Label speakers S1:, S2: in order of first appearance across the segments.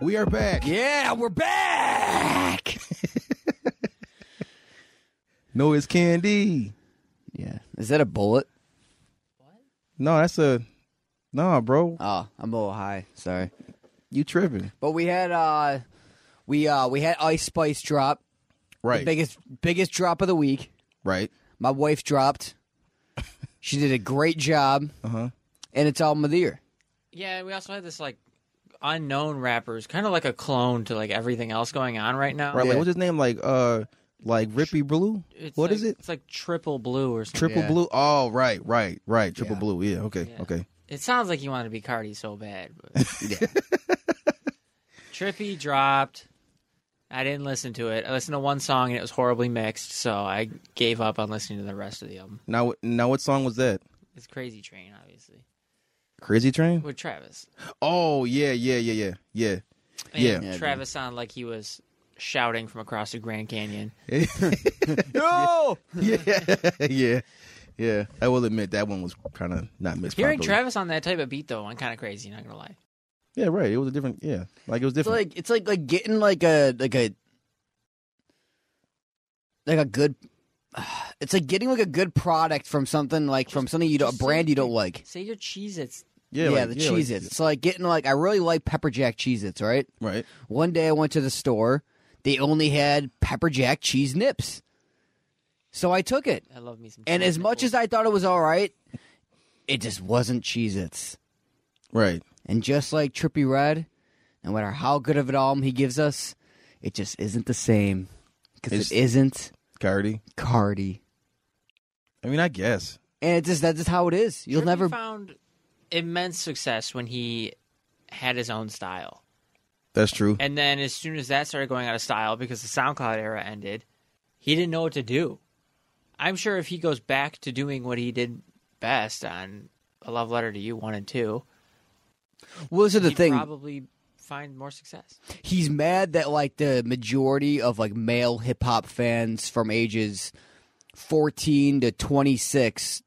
S1: We are back.
S2: Yeah, we're back.
S1: No, it's candy.
S2: yeah. Is that a bullet?
S1: No, that's a nah, bro.
S2: Oh, I'm a little high. Sorry.
S1: You tripping?
S2: But we had uh we uh we had Ice Spice drop.
S1: Right,
S2: Biggest biggest drop of the week.
S1: right.
S2: My wife dropped. she did a great job.
S1: Uh huh.
S2: And it's all Madeir.
S3: Yeah, we also had this like unknown rappers, kind of like a clone to like everything else going on right now.
S1: Right. Like, what's his name? Like, uh, like Rippy Blue.
S3: It's
S1: What
S3: like,
S1: is it?
S3: It's like triple blue or something.
S1: Triple
S2: Yeah.
S1: Blue. Oh, right, right, right. Triple
S2: Yeah.
S1: Blue. Yeah. Okay.
S3: Yeah.
S1: Okay.
S3: It sounds like you want to be Cardi so bad. But... Trippy dropped. I didn't listen to it. I listened to one song and it was horribly mixed, so I gave up on listening to the rest of the album.
S1: Now, now, what song was that?
S3: It's Crazy Train, obviously,
S1: Crazy Train.
S3: with Travis.
S1: Oh yeah, yeah, yeah, yeah, yeah.
S3: And
S1: Yeah.
S2: Yeah,
S3: Travis sounded like he was shouting from across the Grand Canyon.
S1: Yo! yeah, yeah, yeah. I will admit that one was kind of not mixed.
S3: Hearing
S1: properly.
S3: Travis on that type of beat though, I'm kind of crazy. Not gonna lie.
S1: Yeah, right. It was a different. Yeah, like it was
S2: It's
S1: different.
S2: like it's like like getting like a like a like a good it's like getting like a good product from something like from something you don't a
S3: Just say
S2: brand you
S3: your-
S2: don't like.
S3: Say your cheese. It's
S1: yeah,
S2: yeah,
S1: like-
S2: the
S1: like-
S2: Cheez Its. it's like getting like I really like pepper jack Cheez Its, right?
S1: right.
S2: One day I went to the store, they only had pepper jack cheese nips. So I took it.
S3: I love me some.
S2: And
S3: cheese
S2: as much as
S3: nipples.
S2: I thought it was all right, it just wasn't Cheez Its.
S1: Right.
S2: And just like Trippy Red, no matter how good of an album he gives us, it just isn't the same. Because
S1: It's-
S2: it isn't
S1: Cardi.
S2: Cardi.
S1: I mean, I guess.
S2: And it's just that's just how it is. You'll
S3: Trippie
S2: never
S3: found immense success when he had his own style.
S1: That's true.
S3: And then as soon as that started going out of style because the SoundCloud era ended, he didn't know what to do. I'm sure if he goes back to doing what he did best on A Love Letter to You 1 and 2,
S2: Well this is the
S3: he'd
S2: thing.
S3: probably find more success.
S2: he's mad that like the majority of like male hip hop fans from ages 14 to 26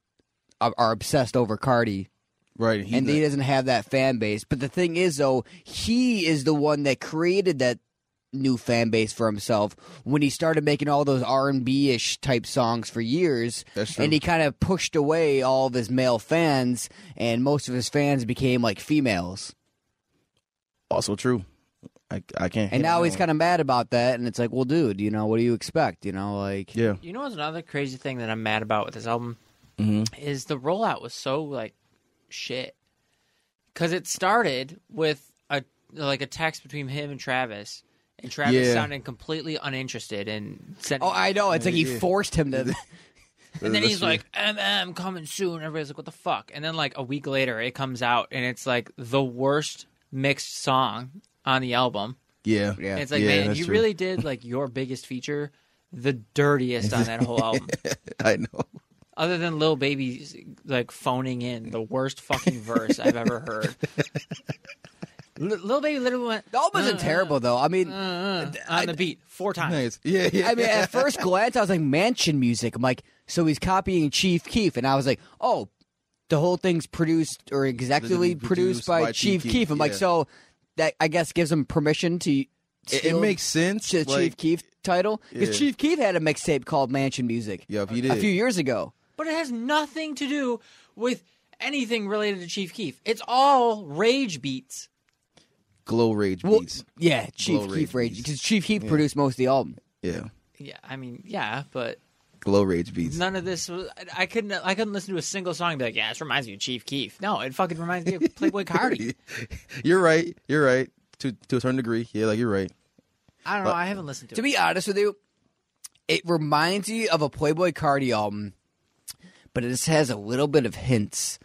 S2: are, are obsessed over Cardi
S1: Right. He's
S2: and
S1: not-
S2: he doesn't have that fan base. But the thing is though, he is the one that created that new fan base for himself when he started making all those R&B-ish type songs for years
S1: That's true.
S2: and he kind of pushed away all of his male fans and most of his fans became like females.
S1: also true. I I can't.
S2: And now he's kind of mad about that, and it's like, well, dude, you know, what do you expect? You know, like,
S1: Yeah.
S3: You know what's another crazy thing that I'm mad about with this album?
S1: hmm
S3: is the rollout was so like shit because it started with a like a text between him and Travis, and Travis
S1: Yeah.
S3: sounded completely uninterested and said,
S2: oh, I know. It's like he forced him to.
S3: and then he's like, "MM coming soon." Everybody's like, "What the fuck?" And then like a week later, it comes out and it's like the worst mixed song on the album.
S1: Yeah.
S2: Yeah.
S3: And it's like,
S1: Yeah,
S3: man,
S1: that's
S3: you
S1: true.
S3: really did like your biggest feature, the dirtiest on that whole album.
S1: I know.
S3: Other than Lil Baby's like phoning in the worst fucking verse I've ever heard. L- Lil Baby literally went
S2: The album
S1: Uh-huh.
S2: isn't terrible though. I mean,
S3: uh, uh, on the beat four times.
S1: Nice. Yeah. Yeah.
S2: I mean, at first glance, I was like, mansion music. I'm like, so he's copying Chief Keef, and I was like, oh, the whole thing's produced or exactly
S1: Produced
S2: produced by,
S1: by
S2: Chief
S1: Chief
S2: Keef.
S1: Keef,
S2: I'm like,
S1: yeah.
S2: so that I guess gives him permission to.
S1: it, it
S2: steal
S1: makes sense.
S2: the Chief
S1: like-
S2: Keef title because
S1: Yeah.
S2: Chief Keef had a mixtape called Mansion Music
S1: Yup, he
S2: a
S1: did.
S2: few years ago.
S3: But it has nothing to do with anything related to Chief Keef. It's all rage beats.
S1: Glow rage
S2: Well,
S1: beats.
S2: yeah, Chief
S1: Glow Rage
S2: Keef Rage
S1: Beats.
S2: because Chief Keef produced most of the album.
S1: Yeah.
S3: Yeah, I mean, yeah, but
S1: glow rage beats.
S3: None of this was. I- I couldn't. I couldn't listen to a single song. And be like, yeah, this reminds me of Chief Keef. No, it fucking reminds me of Playboy Cardi.
S1: You're right. You're right. To to a certain degree. Yeah, like you're right.
S3: I don't know. I haven't listened to,
S2: To
S3: it.
S2: be honest with you, it reminds me of a Playboy Cardi album, but it just has a little bit of hints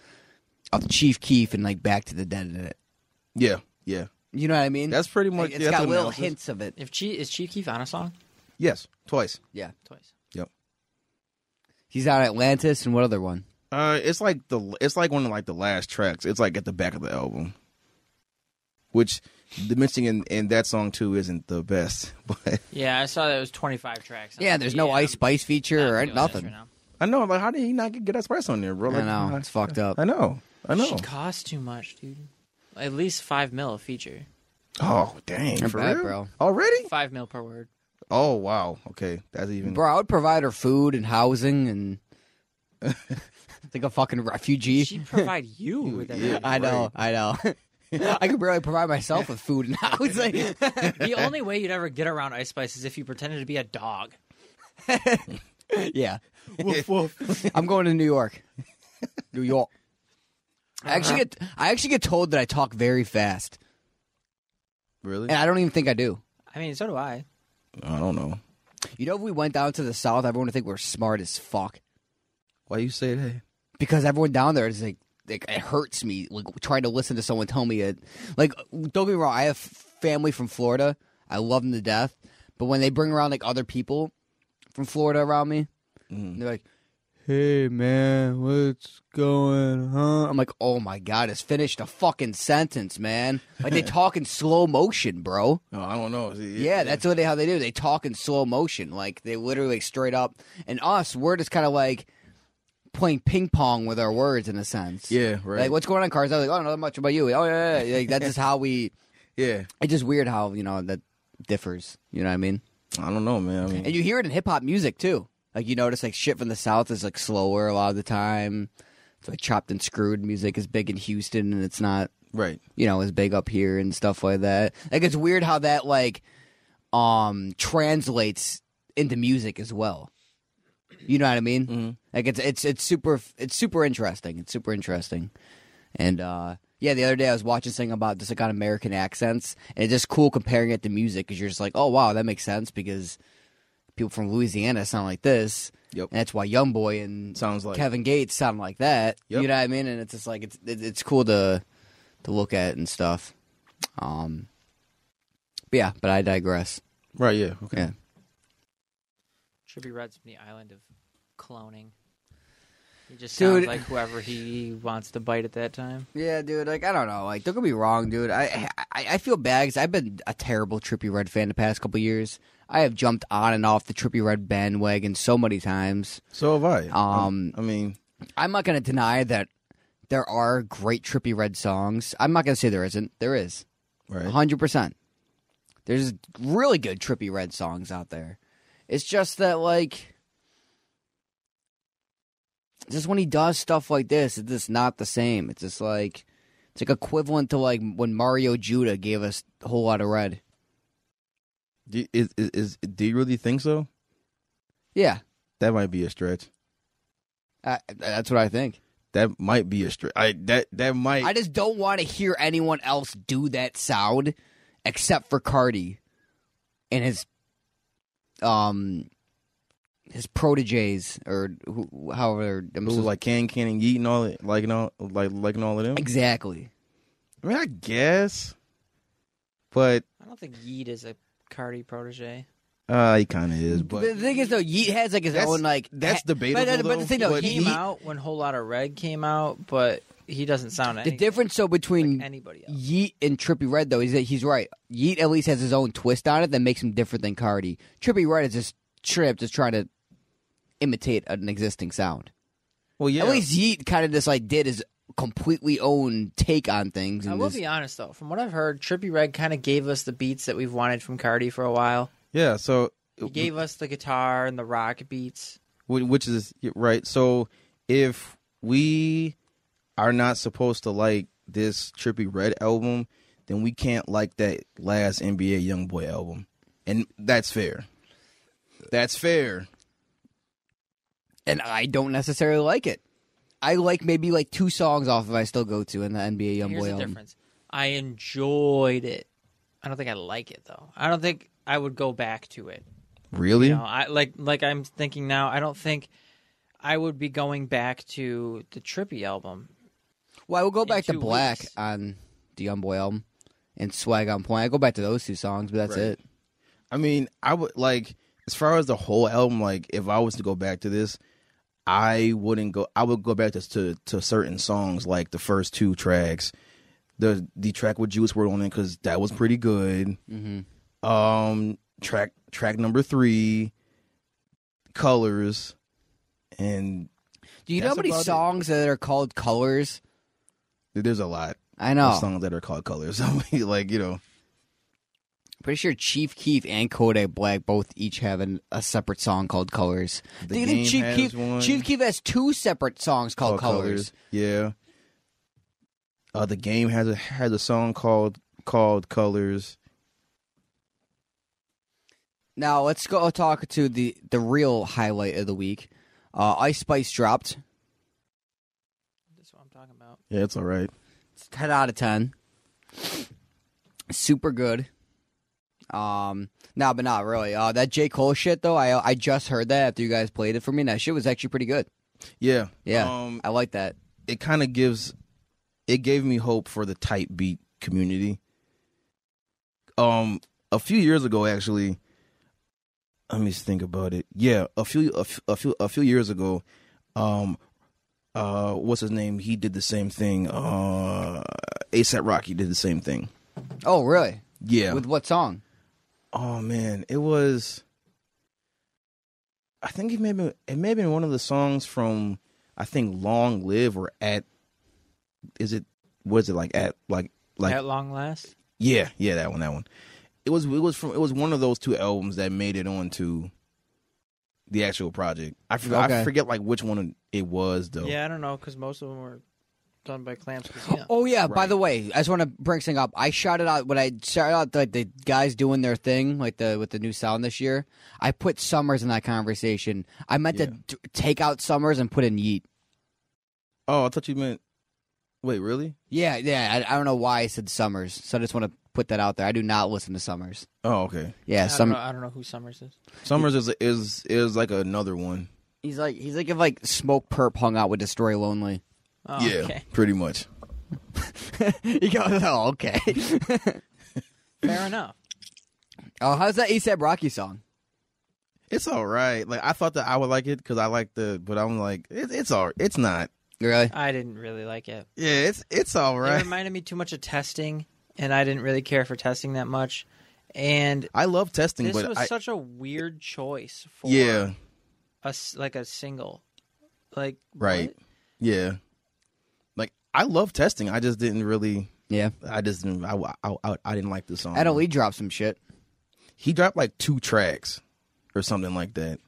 S2: of Chief Keef and like Back to the Dead in it.
S1: Yeah, yeah.
S2: You know what I mean?
S1: That's pretty much.
S2: like,
S1: yeah,
S2: it's
S1: that's
S2: got
S1: what
S2: little
S1: analysis.
S2: hints of it.
S3: If Chief is Chief Keef on a song
S1: Yes, twice.
S2: Yeah,
S3: twice.
S1: Yep.
S2: he's on Atlantis and what other one?
S1: Uh, it's like the it's like one of like the last tracks. It's like at the back of the album, which the mixing in, in that song too isn't the best. But
S3: Yeah, I saw that it was 25 tracks. I'm
S2: Yeah,
S3: like,
S2: there's no
S3: I'm
S2: Ice Spice feature
S3: Oh, not
S2: or
S3: doing this
S2: nothing.
S3: right now.
S1: I know, like, how did he not get, get that spice on there, bro? Like,
S2: I know
S1: uh,
S2: it's fucked up.
S1: I know, I know.
S3: Shit costs too much, dude. At least five mil a feature.
S1: Oh dang,
S2: I
S1: for
S2: bet,
S1: real?
S2: bro.
S1: Already?
S3: Five mil per word.
S1: Oh wow. Okay, that's even.
S2: Bro, I would provide her food and housing and like a fucking refugee.
S3: She provide you with that.
S1: yeah.
S2: I know, I know. I could barely provide myself with food and housing.
S3: The only way you'd ever get around Ice Spice is if you pretended to be a dog.
S2: yeah. I'm going to New York. New York. I actually get I actually get told that I talk very fast.
S1: Really?
S2: And I don't even think I do.
S3: I mean, so do I.
S1: I don't know.
S2: You know if we went down to the south, everyone would think we're smart as fuck.
S1: Why you say that?
S2: because everyone down there is like, like it hurts me like trying to listen to someone tell me it. Like, don't get me wrong, I have family from Florida. I love them to death, but when they bring around like other people from Florida around me, they're like, "Hey man, what's going on?" I'm like, "Oh my god, it's finished a fucking sentence, man!" Like they talk in slow motion, bro.
S1: Oh, I don't know. See,
S2: Yeah, that's what they, how they do. They talk in slow motion, like they literally straight up. And us, we're just kind of like playing ping pong with our words in a sense.
S1: yeah, right.
S2: Like what's going on, cars? I was like, oh, not much about you. Oh yeah, yeah, yeah. Like, that's just how we.
S1: Yeah,
S2: It's just weird how you know that differs. You know what I mean?
S1: I don't know, man. I mean,
S2: And you hear it in hip hop music too. Like you notice like shit from the south is like slower a lot of the time. It's like chopped and screwed music is big in Houston, and it's not
S1: right?
S2: you know, is big up here and stuff like that. Like it's weird how that like um translates into music as well. You know what I mean?
S1: Mhm.
S2: Like it's it's it's super it's super interesting. It's super interesting. And uh yeah, the other day I was watching something about just like on American accents, and it's just cool comparing it to music because you're just like, oh wow, that makes sense because people from Louisiana sound like this,
S1: Yep.
S2: and that's why YoungBoy and
S1: Sounds like
S2: Kevin Gates sound like that.
S1: Yep.
S2: You know what I mean? And it's just like it's it, it's cool to to look at and stuff. Um, but yeah, but I digress.
S1: right. Yeah. Okay.
S2: Yeah,
S3: Should be Red's from the island of cloning. He just
S2: Dude.
S3: sounds like whoever he wants to bite at that time.
S2: yeah, dude. Like I don't know. Like don't get me wrong, dude. I I, I feel bad because I've been a terrible Trippy Red fan the past couple years. I have jumped on and off the Trippy Red bandwagon so many times.
S1: So have I.
S2: Um,
S1: I mean,
S2: I'm not going to deny that there are great Trippy Red songs. I'm not going to say there isn't. There is.
S1: right.
S2: hundred percent. There's really good trippy red songs out there. It's just that like, just when he does stuff like this, it's just not the same. It's just like it's like equivalent to like when Mario Judah gave us a whole lot of red.
S1: Do, is, is, is do you really think so?
S2: Yeah,
S1: That might be a stretch.
S2: I, that's what I think.
S1: That might be a stretch. I that that might.
S2: I just don't want to hear anyone else do that sound except for Cardi and his um his proteges or who, however I'm
S1: it was
S2: supposed-
S1: like can can and yeet and all that, like and all like like and all of them.
S2: exactly.
S1: I mean, I guess, but
S3: I don't think Yeet is a Cardi protege.
S1: uh, he kind of is. But
S2: the thing is though, Yeet has like his
S1: That's-
S2: own like
S1: that's
S2: ha-
S1: debatable,
S2: But, but
S1: though,
S2: the thing though,
S1: but
S3: Came
S2: Yeet,
S3: out when Whole Lotta Red came out, but he doesn't sound
S2: the
S3: anything
S2: difference so between
S3: like anybody else.
S2: Yeet and Trippy Red though is that he's right. Yeet at least has his own twist on it that makes him different than Cardi. Trippy Red is just trip just trying to imitate an existing sound.
S1: well, yeah.
S2: At least Yeet kind of just like did his completely own take on things.
S3: I
S2: and
S3: will
S2: just-
S3: be honest though, from what I've heard, Trippy Red kind of gave us the beats that we've wanted from Cardi for a while.
S1: yeah. So
S3: He gave us the guitar and the rock beats.
S1: Wh- which is right. So if we are not supposed to like this Trippy Red album, then we can't like that last NBA YoungBoy album, and that's fair. That's fair.
S2: and I don't necessarily like it. I like maybe like two songs off of I still go to in the NBA Youngboy
S3: Here's the
S2: album.
S3: difference. I enjoyed it. I don't think I like it though. I don't think I would go back to it.
S1: Really?
S3: You know, I like like I'm thinking now. I don't think I would be going back to the Trippy album.
S2: Well, I will go back to
S3: two
S2: Black
S3: weeks.
S2: on the Youngboy album and Swag on Point. I go back to those two songs, but that's
S1: Right.
S2: it.
S1: I mean, I would like as far as the whole album. Like, if I was to go back to this, I wouldn't go. I would go back to to, to certain songs, like the first two tracks, the the track with Juice WRLD on it, because that was pretty good.
S2: Mhm.
S1: Um, track track number three, Colors, and
S2: Do you know
S1: That's
S2: how many
S1: about it.
S2: songs that are called Colors?
S1: there's a lot
S2: I
S1: of
S2: know.
S1: songs that are called Colors. I mean, like you know,
S2: Pretty sure Chief Keef and Kodak Black both each have an, a separate song called Colors.
S1: The
S2: Do you think
S1: Game
S2: Chief
S1: has
S2: Keef,
S1: one.
S2: Chief Keef has two separate songs called, Colors.
S1: Yeah. Uh, the game has a has a song called called Colors.
S2: Now let's go talk to the the real highlight of the week. Uh, Ice Spice dropped.
S3: That's what I'm talking about.
S1: Yeah, it's all right.
S2: It's ten out of ten. Super good. Um, nah, but not really. Uh, that J Cole shit though, I I just heard that after you guys played it for me, and that shit was actually pretty good.
S1: Yeah,
S2: Yeah,
S1: Um,
S2: I like that.
S1: it kind of gives, it gave me hope for the type beat community. Um, a few years ago, actually, let me just think about it. Yeah, a few, a, f- a few, a few years ago, um, uh, what's his name? He did the same thing. Uh, ASAP Rocky did the same thing.
S2: Oh, really?
S1: Yeah,
S2: With what song?
S1: Oh man, it was. I think it may have been, it may have been one of the songs from I think "Long Live" or "At." Is it was it like at like like
S3: At long last,
S1: yeah yeah that one that one. It was it was from it was one of those two albums that made it onto the actual project. I forget I
S2: Okay.
S1: forget like which one it was though.
S3: yeah, I don't know because most of them were done by Clamps Casino.
S2: Oh yeah. By
S1: Right.
S2: the way, I just want to bring something up. I shouted out when I shouted out like the guys doing their thing, like the with the new sound this year. I put Summers in that conversation. I meant to
S1: Yeah.
S2: d- take out Summers and put in Yeet.
S1: Oh, I thought you meant. Wait, really?
S2: Yeah, yeah. I, I don't know why I said Summers, so I just want to put that out there. I do not listen to Summers.
S1: Oh, okay.
S2: Yeah,
S3: I,
S2: some
S3: don't know, I don't know who Summers is.
S1: Summers is is is like another one.
S2: he's like he's like if like Smoke Perp hung out with Destroy Lonely.
S3: Oh,
S1: yeah,
S3: okay.
S1: pretty much.
S2: you go, oh okay.
S3: fair enough.
S2: oh, how's that ASAP Rocky song?
S1: It's all right. Like I thought that I would like it because I like the, but I'm like, it, it's all, it's not.
S2: Really?
S3: I didn't really like it.
S1: Yeah, it's it's all
S3: It
S1: right.
S3: reminded me too much of testing, and I didn't really care for testing that much. And
S1: I love testing,
S3: this
S1: but
S3: was
S1: I,
S3: such a weird choice for
S1: yeah,
S3: a s- like a single, like
S1: Right.
S3: what?
S1: yeah. Like I love testing. I just didn't really.
S2: Yeah.
S1: I just didn't. I I, I, I didn't like the song.
S2: Adam Lee dropped some shit.
S1: He dropped like two tracks or something like that.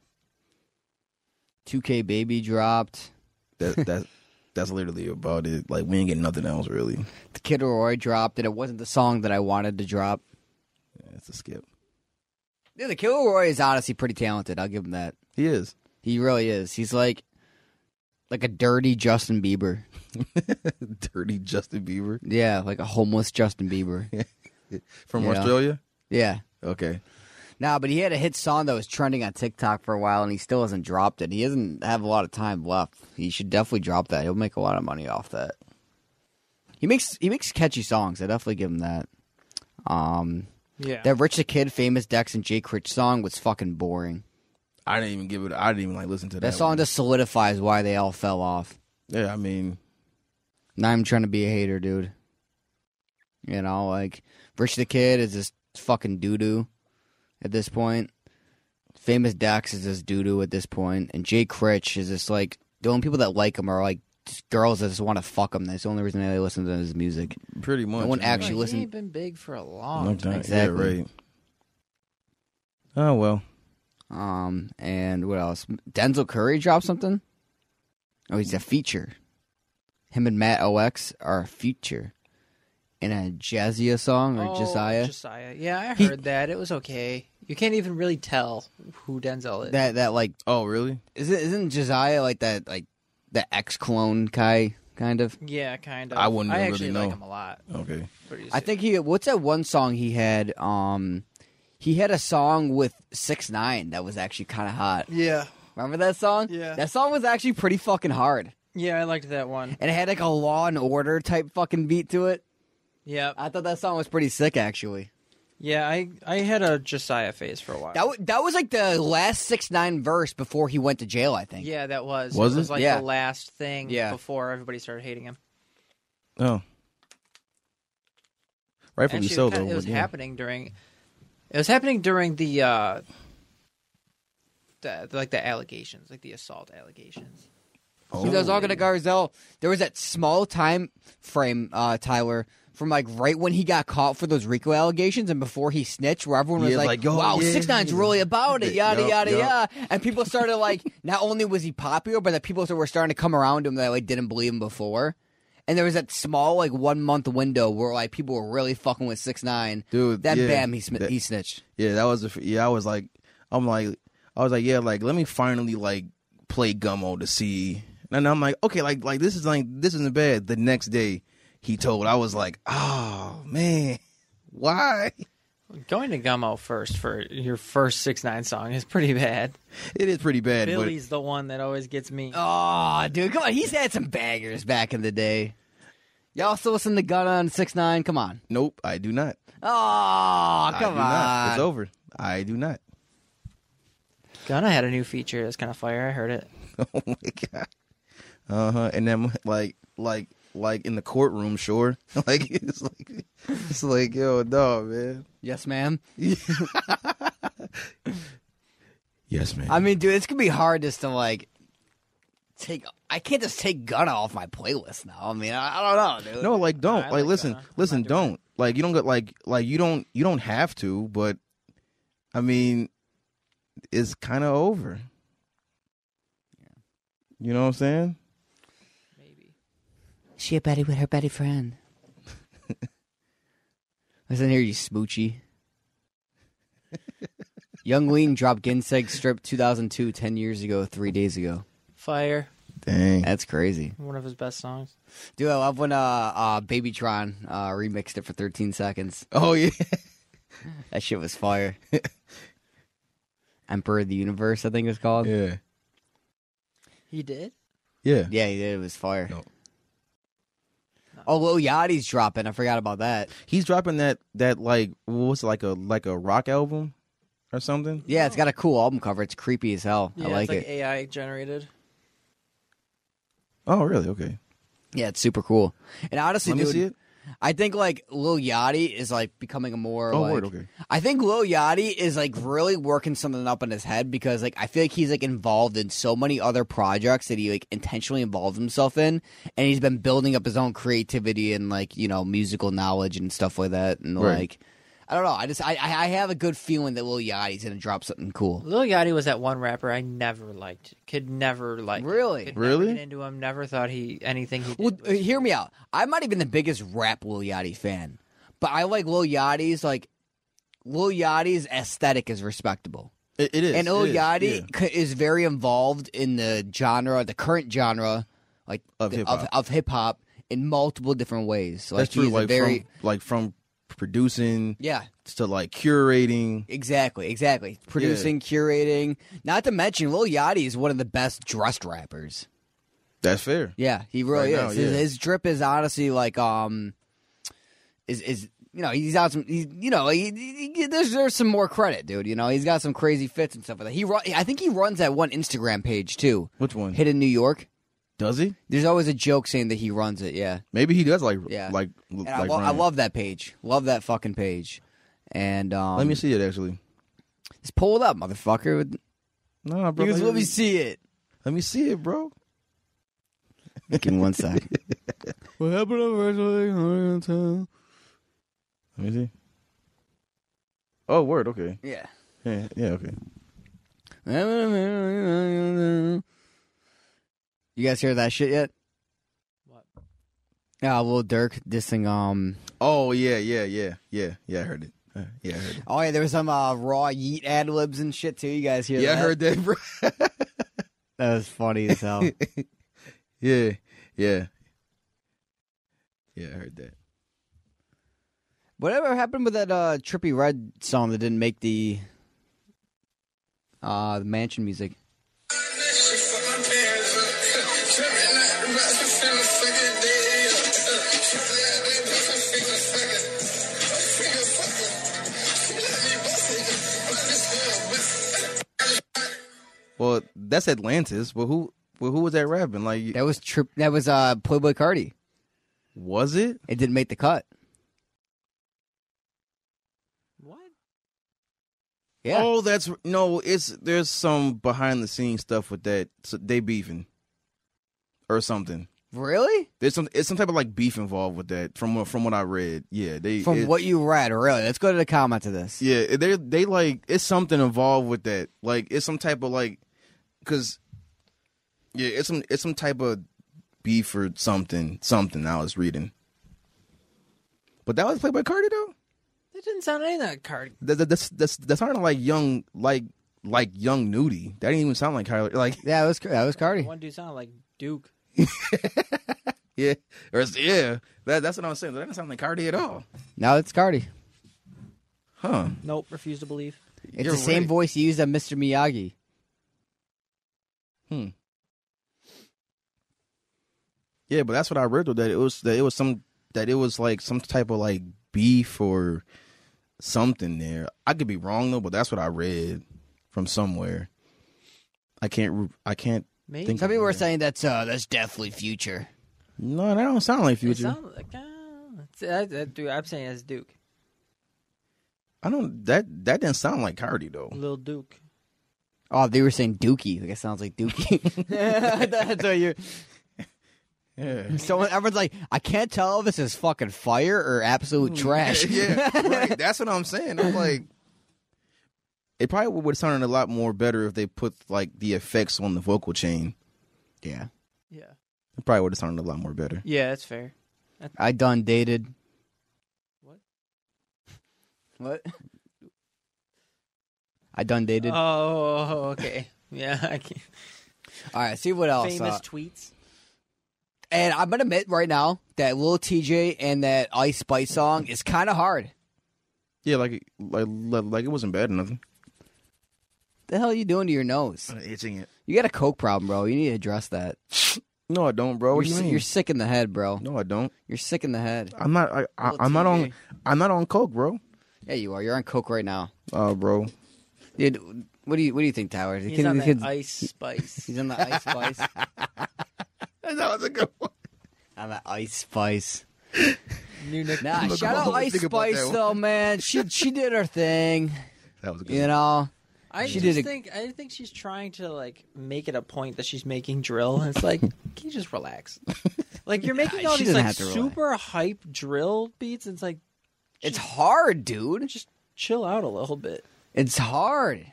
S2: 2K Baby dropped.
S1: That that that's literally about it. Like we ain't getting nothing else really.
S2: The Kid Roy dropped, and it wasn't the song that I wanted to drop.
S1: Yeah, it's a skip.
S2: Yeah, the Kid Roy is honestly pretty talented. I'll give him that.
S1: He is.
S2: He really is. He's like like a dirty Justin Bieber.
S1: Dirty Justin Bieber
S2: Yeah, like a homeless Justin Bieber.
S1: from
S2: Yeah.
S1: Australia.
S2: Yeah.
S1: Okay.
S2: Nah, but he had a hit song that was trending on TikTok for a while, and he still hasn't dropped it. He doesn't have a lot of time left. He should definitely drop that. He'll make a lot of money off that. He makes he makes catchy songs. I definitely give him that. Um,
S3: yeah.
S2: that Rich the Kid, Famous Dex, and Jake Rich song was fucking boring.
S1: I didn't even give it. I didn't even like listen to that.
S2: That song
S1: one.
S2: just solidifies why they all fell off.
S1: Yeah, I mean,
S2: Not even trying to be a hater, dude. You know, like Rich the Kid is just fucking doo doo at this point. Famous Dax is just doo doo at this point, and Jay Critch is just like the only people that like him are like just girls that just want to fuck him. That's the only reason they listen to his music.
S1: pretty much.
S2: one
S1: I mean,
S2: actually
S3: Like,
S2: listen-
S3: He ain't been big for a
S1: No
S3: long.
S1: time.
S2: exactly.
S1: Yeah, right. Oh well.
S2: Um, and what else? Denzel Curry dropped something. Oh, he's a feature. Him and Matt OX are a feature. in a Jazia song or
S3: Oh,
S2: Josiah.
S3: Josiah. Yeah, I
S2: He-
S3: heard that. It was okay. You can't even really tell who Denzel is.
S2: That that like
S1: Oh, really?
S2: isn't isn't Josiah like that like the ex clone guy kind of?
S3: yeah, kind of.
S1: I wouldn't
S3: I
S1: really
S3: actually
S1: know.
S3: like him a lot.
S1: Okay.
S3: Pretty
S2: I
S3: sick.
S2: think he what's that one song he had? Um, he had a song with Six Nine that was actually kind of hot.
S3: Yeah,
S2: Remember that song?
S3: Yeah.
S2: That song was actually pretty fucking hard,
S3: yeah, I liked that one.
S2: and it had like a Law and Order type fucking beat to it.
S3: Yeah,
S2: I thought that song was pretty sick actually.
S3: yeah. I I had a Josiah phase for a while.
S2: That wa that was like the last six nine verse before he went to jail. I think.
S3: yeah, that was.
S1: Was
S3: it? Was
S1: it?
S3: like
S2: Yeah.
S3: the last thing
S2: Yeah.
S3: before everybody started hating him.
S1: Oh. Rightfully
S3: Actually,
S1: so,
S3: it,
S1: though.
S3: kinda- it was
S1: yeah.
S3: happening during. It was happening during the, uh, the like the allegations, like the assault allegations.
S2: He was
S1: Oh.
S2: talking to Garzel. There was that small time frame, uh, Tyler, from like right when he got caught for those Rico allegations and before he snitched, where everyone was
S1: Yeah,
S2: like,
S1: like, oh,
S2: "Wow,
S1: yeah,
S2: Six Nine's
S1: yeah.
S2: really about it," yada
S1: Yup,
S2: yada
S1: yup.
S2: yada. And people started like, not only was he popular, but that people were starting to come around him that like didn't believe him before. And there was that small like one month window where like people were really fucking with Six Nine.
S1: Dude,
S2: then
S1: yeah,
S2: bam, he sm-
S1: that-
S2: he snitched.
S1: Yeah, that was the. f- Yeah, I was like, I'm like, I was like, yeah, like let me finally like play Gummo to see. And I'm like, okay, like like this is like this isn't bad. The next day, he told. I was like, oh man, why?
S3: Going to Gummo first for your first six nine song is pretty bad.
S1: It is pretty bad,
S3: Billy's the one that always gets me.
S2: Oh, dude, come on. He's had some bangers back in the day. Y'all still listen to Gunna and 6 9 Come on.
S1: but nope, I do not.
S2: Oh,
S1: I
S2: come
S1: do not.
S2: on.
S1: It's over. I do not.
S3: Gunna had a new feature that's kind of fire. I heard it.
S1: Oh my god. Uh huh. And then like like like in the courtroom, sure. Like it's like it's like yo, dog, man.
S2: Yes, ma'am.
S1: Yes, man.
S2: I mean, dude, it's going to be hard just to, like, take. I can't just take Gunna off my playlist now. I mean, I, I don't know, dude.
S1: No, like don't.
S3: I
S1: Like,
S3: like
S1: listen,
S3: Gunna. I'm
S1: listen,
S3: not doing
S1: don't. Like you don't get like like you don't you don't have to, but I mean it's kind of over. You know what I'm saying?
S3: Maybe.
S2: She a Betty with her Betty friend. Listen here, you smoochy. Young Lean dropped Ginseg Strip 2002, 10 years ago, three days ago.
S3: Fire.
S1: Dang.
S2: That's crazy.
S3: One of his best songs.
S2: Dude, I love when uh, uh Babytron uh remixed it for 13 seconds.
S1: Oh yeah.
S2: That shit was fire. Emperor of the Universe, I think it's called. Yeah,
S1: Yeah.
S3: He did.
S1: Yeah.
S2: he did. It was fire.
S1: No.
S2: Oh, Lil Yachty's dropping. I forgot about that.
S1: He's dropping that that like what's it, like a like a rock album or something.
S2: Yeah, it's got a cool album cover. It's creepy as hell. I
S3: Yeah,
S2: like
S3: it's like
S2: it.
S3: AI generated.
S1: Oh really? Okay.
S2: Yeah, it's super cool. And honestly,
S1: Let me
S2: dude,
S1: see it.
S2: I think like Lil Yachty is like becoming a more.
S1: Oh
S2: like,
S1: word. Okay.
S2: I think Lil Yachty is like really working something up in his head because like I feel like he's like involved in so many other projects that he like intentionally involved himself in, and he's been building up his own creativity and like you know musical knowledge and stuff like that, and
S1: Right.
S2: like I don't know, I just I I I have a good feeling that Lil Yachty's gonna drop something cool.
S3: Lil Yachty was that one rapper I never liked. Could never like.
S2: Really?
S3: Could never
S1: Really?
S3: get into him. Never thought he anything he did.
S2: Well,
S3: was-
S2: uh, hear me out. I'm not even the biggest rap Lil Yachty fan, but I like Lil Yachty's like Lil Yachty's aesthetic is respectable.
S1: It, it is.
S2: and Lil
S1: it is,
S2: Yachty
S1: yeah.
S2: c is very involved in the genre, the current genre, like
S1: Of
S2: the-
S1: hip-hop.
S2: of, hip hop in multiple different ways. So, Like
S1: That's true.
S2: he's a
S1: Like
S2: very
S1: from like from producing
S2: yeah,
S1: to like curating.
S2: exactly, exactly. Producing, curating. Not to mention, Lil Yachty is one of the best dressed rappers.
S1: That's fair.
S2: Yeah, he really
S1: Right now,
S2: is. his,
S1: yeah.
S2: his drip is honestly like um, is is you know he's out some he's, you know he, he, he deserves some more credit, dude. You know he's got some crazy fits and stuff like that. He run, I think he runs that one Instagram page too,
S1: Which one?
S2: Hidden New York.
S1: Does he?
S2: There's always a joke saying that he runs it. Yeah,
S1: Maybe he does like
S2: Yeah.
S1: like
S2: and
S1: like.
S2: I, lo- I
S1: Ryan.
S2: love that page. Love that fucking page. And um,
S1: Let me see it actually.
S2: just pull it up, motherfucker.
S1: No, bro.
S2: Because let me see it.
S1: Let me see it, bro.
S2: Give me one sec.
S1: What happened to virtually time? Let me see. Oh, word. Okay.
S2: yeah.
S1: Yeah. Yeah. Okay.
S2: You guys hear that shit yet?
S3: What?
S2: Yeah, Lil Dirk dissing. Um,
S1: Oh yeah, yeah, yeah, yeah, yeah. I heard it. Uh, Yeah, I heard it.
S2: oh yeah, there was some uh, raw yeet ad libs and shit too. You guys hear?
S1: Yeah, I
S2: that?
S1: heard that. Bro.
S2: That was funny as hell.
S1: yeah, yeah, yeah. I heard that.
S2: Whatever happened with that uh, Trippy Red song that didn't make the uh, the mansion music?
S1: Well, that's Atlantis. But who? Well, who was that rapping? Like,
S2: That was Trip. That was uh, Playboy Cardi.
S1: was it?
S2: It didn't make the cut.
S3: What?
S2: Yeah.
S1: Oh, that's no. It's there's some behind the scenes stuff with that. So they beefing or something.
S2: Really?
S1: There's some. It's some type of like beef involved with that. From what from what I read. Yeah, they
S2: From
S1: it-
S2: what you read, really. Let's go to the comment of this.
S1: Yeah, they they like it's something involved with that. Like it's some type of like, cause yeah, it's some it's some type of beef or something something I was reading. But that was played by Cardi though.
S3: That didn't sound any of that card.
S1: That, that, that's that's that's sounding like young like like young nudie. That didn't even sound like Cardi. Like
S2: Yeah, that was that was Cardi.
S3: One dude sounded like Duke.
S1: yeah, or it's- yeah. That that's what I was saying. That doesn't sound like Cardi at all.
S2: No, it's Cardi.
S1: Huh?
S3: Nope, refuse to believe.
S2: It's
S1: You're
S2: the same
S1: right.
S2: voice he used on Mr. Miyagi.
S1: Hmm. Yeah, but that's what I read though, that it was that it was some that it was like some type of like beef or something there. I could be wrong though, but that's what I read from somewhere. I can't re- I can't
S3: Maybe.
S1: Think-
S2: Some people were
S1: Yeah.
S2: saying that's uh that's definitely future.
S1: No, that don't sound like
S3: It
S1: future.
S3: sounded like, uh, it's- that, that dude, I'm saying that's Duke.
S1: I don't that that didn't sound like Cardi though.
S3: Little Duke.
S2: Oh, they were saying Dookie. Like it sounds like Dookie. that's what you.
S1: Yeah.
S2: Someone, everyone's like, I can't tell if this is fucking fire or absolute trash.
S1: yeah, right. That's what I'm saying. I'm like it probably would have sounded a lot more better if they put like the effects on the vocal chain.
S2: yeah.
S3: Yeah.
S1: It probably would have sounded a lot more better.
S3: Yeah, that's fair.
S2: I done dated.
S3: What?
S2: What? I done dated.
S3: Oh, okay. Yeah, I can't.
S2: All right, see what else.
S3: Famous
S2: uh,
S3: tweets.
S2: and I'm gonna admit right now that little TJ and that Ice Spice song is kind of hard.
S1: Yeah, like like like like it wasn't bad or nothing.
S2: The hell are you doing to your nose?
S1: Itching it.
S2: You got a coke problem, bro. You need to address that.
S1: No, I don't, bro. What
S2: you're,
S1: do
S2: si- Oh,
S1: you mean?
S2: you're sick in the head, bro.
S1: No, I don't.
S2: You're sick in the head.
S1: I'm not. I, I,
S3: Little
S1: I'm not on.
S3: TJ.
S1: I'm not on coke, bro.
S2: Yeah, you are. You're on coke right now,
S1: Oh, bro.
S2: dude. What do you What do you think, Tower?
S3: He's on that ice spice.
S2: he's on the Ice Spice.
S1: That was a good one.
S2: on the Ice Spice.
S3: New nick-
S2: Nah,
S1: Look,
S2: shout
S1: I'm
S2: out
S1: always
S2: Ice
S1: thinking about that
S2: Spice
S1: one.
S2: though, man. She she did her thing,
S1: That was a good.
S2: you
S1: one.
S2: know.
S3: I
S2: She
S3: just
S2: did a-
S3: think I think she's trying to like make it a point that she's making drill. And it's like, can you just relax? Like you're making all
S2: She
S3: these
S2: doesn't
S3: like
S2: have to relax.
S3: super hype drill beats. And it's like
S2: It's hard, dude.
S3: just chill out a little bit.
S2: It's hard.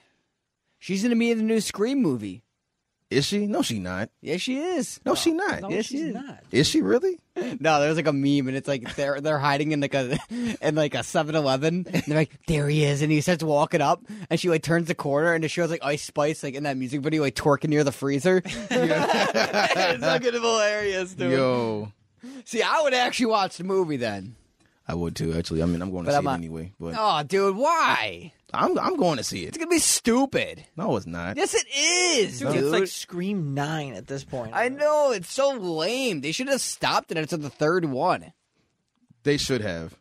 S2: She's gonna be in the new Scream movie.
S1: Is she? No, she not.
S2: Yeah, she is.
S1: No, she not.
S3: No,
S2: Yes,
S3: she's
S2: she is.
S3: not.
S1: Is she really?
S2: No, there's like a meme, and it's like they're they're hiding in like a in like a 7-Eleven, and they're like, "There he is," and he starts walking up, and she like turns the corner, and it shows like Ice Spice like in that music video like twerking near the freezer. it's fucking hilarious, dude.
S1: Yo,
S2: See, I would actually watch the movie then.
S1: I would too. Actually, I mean, I'm going to
S2: But
S1: see
S2: I'm
S1: it
S2: not-
S1: anyway. But
S2: Oh, dude, why?
S1: I'm I'm going to see it.
S2: It's gonna be stupid.
S1: No, it's not.
S2: Yes, it is,
S3: Dude,
S2: dude.
S3: it's like Scream Nine at this point.
S2: I know it's so lame. They should have stopped it after the third one.
S1: They should have.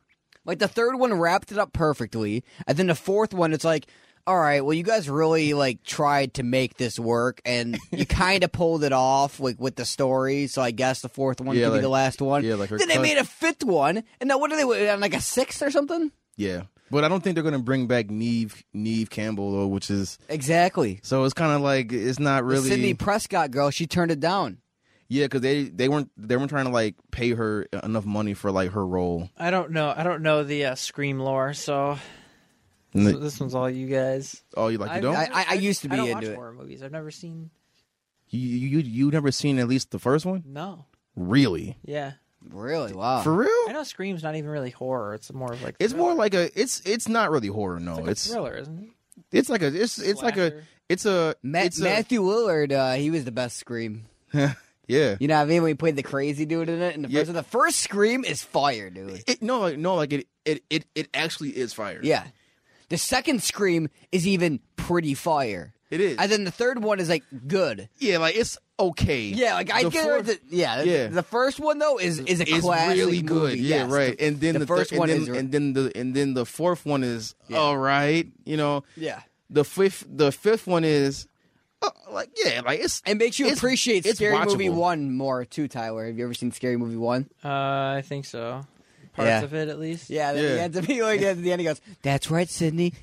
S2: Like the third one wrapped it up perfectly, and then the fourth one, it's like, all right, well, you guys really like tried to make this work, and you kind of pulled it off, like with the story. So I guess the fourth one
S1: Yeah,
S2: could be
S1: like-
S2: the last one.
S1: yeah, like her
S2: then they
S1: cous-
S2: made a fifth one, and now what are they on like a sixth or something?
S1: Yeah, but I don't think they're going to bring back Neve Neve Campbell though, which is
S2: Exactly.
S1: so it's kind of like it's not
S2: The
S1: really
S2: Sydney Prescott girl, she turned it down.
S1: Yeah, because they they weren't they weren't trying to like pay her enough money for like her role.
S3: I don't know. I don't know the uh, Scream lore, so
S1: And
S3: so
S1: the-
S3: this one's all you guys.
S1: oh, you like you
S3: I've-
S1: don't
S2: I, I, I used to be
S3: I don't watch
S2: into it.
S3: horror movies. I've never seen.
S1: you, you you you never seen at least the first one?
S3: No.
S1: Really?
S3: Yeah.
S2: Really? Wow.
S1: For
S3: I
S1: real?
S3: know Scream's not even really horror. It's more of like
S1: It's
S3: thriller.
S1: more like a it's it's not really horror, no.
S3: like a
S1: It's
S3: thriller, isn't it?
S1: it's like a it's it's like a
S3: Slasher.
S1: it's a
S2: Ma-
S1: it's a-
S2: Matthew Willard, uh, he was the best Scream.
S1: yeah.
S2: You know what I mean? When he played the crazy dude in it, and the
S1: Yeah.
S2: first the first Scream is fire, dude.
S1: It, no, like, no, like it, it, it, it actually is fire.
S2: Yeah. The second Scream is even pretty fire.
S1: it is.
S2: And then the third one is like good.
S1: yeah, like it's okay.
S2: Yeah, like I
S1: The
S2: get
S1: fourth-
S2: it. Yeah,
S1: Yeah.
S2: the first one though is is a
S1: it's
S2: classic
S1: really good.
S2: movie.
S1: Yeah,
S2: Yes.
S1: right. And then
S2: the
S1: the, thir-
S2: first
S1: and
S2: one
S1: then-
S2: is-
S1: and then the and then the fourth one is all right. You know,
S2: Yeah,
S1: the fifth the fifth one is uh, like yeah, like it's
S2: it makes you
S1: It's-
S2: appreciate
S1: it's
S2: Scary Movie
S1: watchable.
S2: One more too. Tyler, have you ever seen Scary Movie One?
S3: Uh, I think so. Parts
S2: Yeah.
S3: of it, at least.
S2: Yeah, then he
S1: Yeah.
S2: ends up he like, at the end he goes, "That's right, Sydney,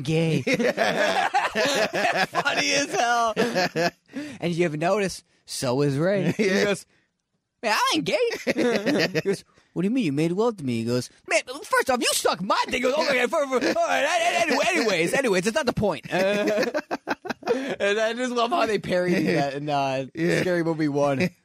S2: gay." Funny as hell. And you have noticed, so is Ray. He goes, "Man, I ain't gay." he goes, "What do you mean you made love to me?" He goes, "Man, first off, you suck my dick." He goes, "Oh my god, for, for, all right, anyway, anyways, anyways, it's not the point." and I just love how they parodied that in uh,
S1: Yeah.
S2: Scary Movie One.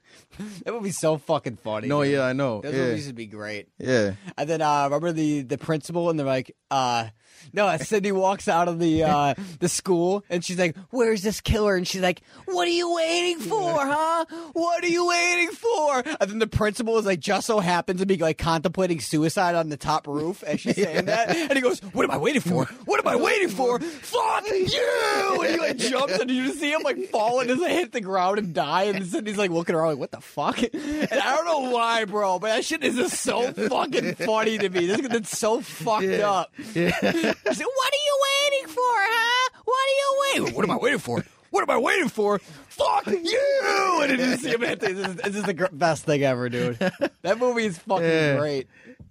S2: That movie's so fucking funny.
S1: no,
S2: dude.
S1: yeah, I know.
S2: Those
S1: yeah,
S2: movies would be great.
S1: yeah.
S2: And then uh, remember the the principal, and they're like, uh, "No." Sydney walks out of the uh, the school, and she's like, "Where's this killer?" And she's like, "What are you waiting for, huh? What are you waiting for?" And then the principal is like, just so happens to be like contemplating suicide on the top roof as she's saying that, and he goes, "What am I waiting for? What am I waiting for? Fuck you!" And he like jumps, and you just see him like fall and just like, hit the ground and die. And Sydney's like looking around, like, "What the fuck?" And I don't know why, bro, but that shit is just so fucking funny to me. This it's so fucked up. I said, "What are you waiting for, huh? What are you waiting? What am I waiting for? What am I waiting for? Fuck you!" And it just, I mean, this is, this is the gr- best thing ever, dude. That movie is fucking
S1: Yeah.
S2: great.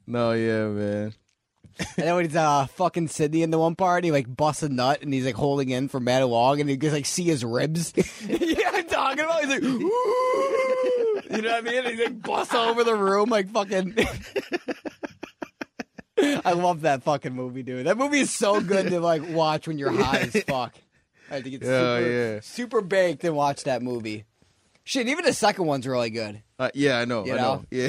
S1: No, yeah, man.
S2: And then when he's uh, fucking Sydney in the one part, and he like busts a nut and he's like holding in for Matt Long and he just like see his ribs. you know what I'm talking about? He's like, Ooh! you know what I mean? And he like busts all over the room like fucking. I love that fucking movie, dude. That movie is so good to like watch when you're high as fuck. I had to get
S1: Yeah,
S2: super,
S1: yeah.
S2: super baked and watch that movie. Shit, even the second one's really good.
S1: Uh, yeah, I know.
S2: You
S1: I
S2: know?
S1: know. Yeah,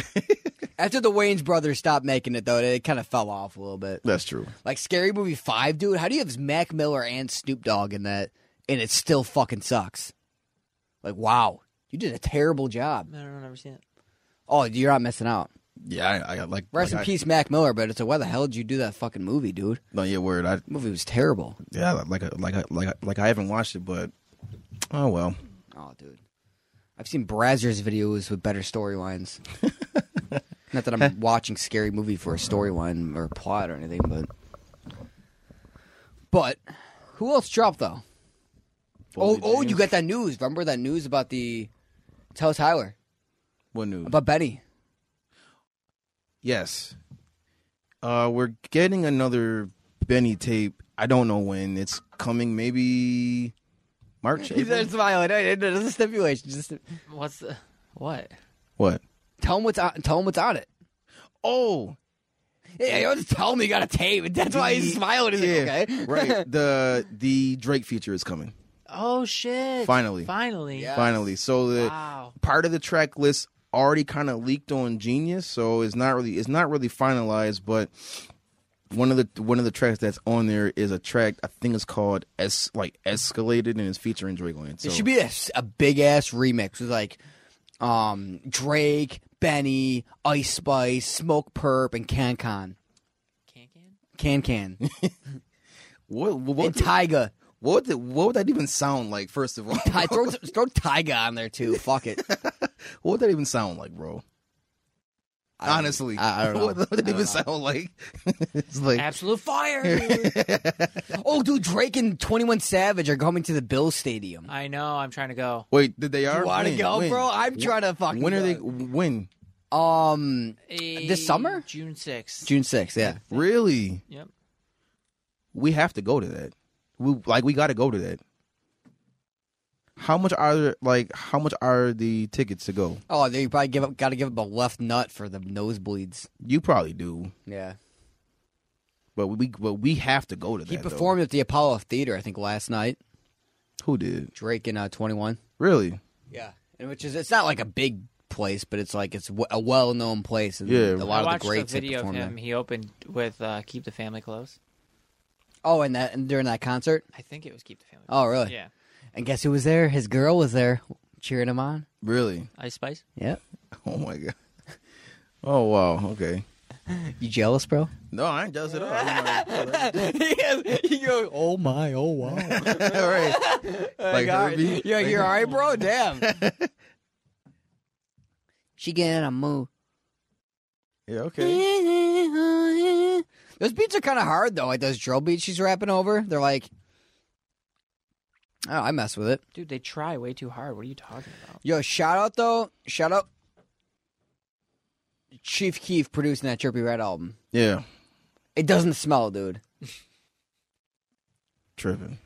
S2: After the Wayne's brothers stopped making it, though, it kind of fell off a little bit.
S1: that's true.
S2: Like Scary Movie Five, dude. How do you have Mac Miller and Snoop Dogg in that, and it still fucking sucks? Like, wow, you did a terrible job.
S3: I don't know, I've never seen it.
S2: Oh, you're not missing out.
S1: Yeah, I, I got like
S2: Rest
S1: like,
S2: in
S1: I-
S2: peace, Mac Miller. But it's like, why the hell did you do that fucking movie, dude?
S1: No, yeah, word. I
S2: The movie was terrible.
S1: yeah, like a, like a, like a, like I haven't watched it, but oh well.
S2: Oh, dude. I've seen Brazzers videos with better storylines. Not that I'm watching Scary Movie for a storyline or plot or anything, but but who else dropped though? Oh,
S1: Foley
S2: oh, you
S1: James.
S2: got that news. Remember that news about the tell Tyler
S1: what news?
S2: about Benny.
S1: Yes. Uh, we're getting another Benny tape. I don't know when it's coming. Maybe March. April?
S2: smiling. There's a stipulation. Just
S3: What's the what?
S1: What?
S2: tell him what's on. Tell him what's on it.
S1: Oh,
S2: Yeah, you just tell him you got a tape. That's why he's
S1: The-
S2: smiling. He's
S1: yeah,
S2: like, okay,
S1: right. The the Drake feature is coming
S3: Oh shit!
S1: Finally.
S3: finally,
S2: Yeah.
S1: finally. So
S2: Ah.
S1: the
S3: Wow.
S1: part of the track list already kind of leaked on Genius, so it's not really it's not really finalized. But one of the one of the tracks that's on there is a track I think it's called Es like Escalated, and it's featuring Drake on it. So
S2: It should be a, big ass remix with like um Drake, Benny, Ice Spice, Smoke Perp, and Can Can.
S3: Can can.
S2: Can Can.
S1: what
S2: and
S1: what
S2: Tyga.
S1: What would, the, what would that even sound like, first of all?
S2: Ty- throw, throw Tyga on there too. Fuck it.
S1: what would that even sound like, bro?
S2: I don't-
S1: Honestly.
S2: I, I don't know.
S1: What would that
S2: I don't
S1: even
S2: know.
S1: sound like? it's like,
S3: Absolute fire. dude.
S2: Oh, dude, Drake and 21 Savage are coming to the Bill Stadium.
S3: I know. I'm trying to go.
S1: wait, did they
S2: You
S1: are?
S2: want to
S1: When?
S2: go,
S1: When?
S2: bro? I'm trying to fucking.
S1: When are they?
S2: go.
S1: When?
S2: Um,
S3: Eh,
S2: this summer?
S3: June sixth.
S2: June 6th. Yeah.
S1: Really?
S3: Yep.
S1: We have to go to that. We Like, we got to go to that. How much are there, like how much are the tickets to go?
S2: Oh, they probably give up. Got to give up a left nut for the nosebleeds.
S1: You probably do,
S2: Yeah.
S1: but we but we have to go to that.
S2: He
S1: though.
S2: performed at the Apollo Theater, I think, last night.
S1: Who did?
S2: Drake and uh, 21.
S1: Really?
S2: Yeah, and which is it's not like a big place, but it's like it's w- a well-known place, and
S1: Yeah.
S2: a lot
S3: I
S2: of
S3: watched
S2: the greats
S3: a
S2: have
S3: video of
S2: performed
S3: him.
S2: there.
S3: He opened with uh, "Keep the Family Close."
S2: Oh, and that and during that concert.
S3: I think it was "Keep the Family." Close.
S2: Oh, really?
S3: Yeah,
S2: And guess who was there? His girl was there, cheering him on.
S1: Really?
S3: Ice Spice.
S2: Yep.
S1: Oh my god. Oh wow. Okay.
S2: You jealous, bro?
S1: No, I ain't jealous at all. You know,
S2: you go, oh my, oh wow.
S1: all right.
S2: Oh,
S1: Like Herbie.
S2: Yeah,
S1: like-
S2: you're all right, bro. Damn. she getting a move.
S1: Yeah. Okay.
S2: Those beats are kind of hard though. Like those drill beats she's rapping over. They're like, oh, I mess with it.
S3: Dude, they try way too hard. What are you talking about?
S2: Yo, shout out though. Shout out. Chief Keef producing that Chirpy Red album.
S1: Yeah.
S2: It doesn't smell, dude.
S1: Tripping.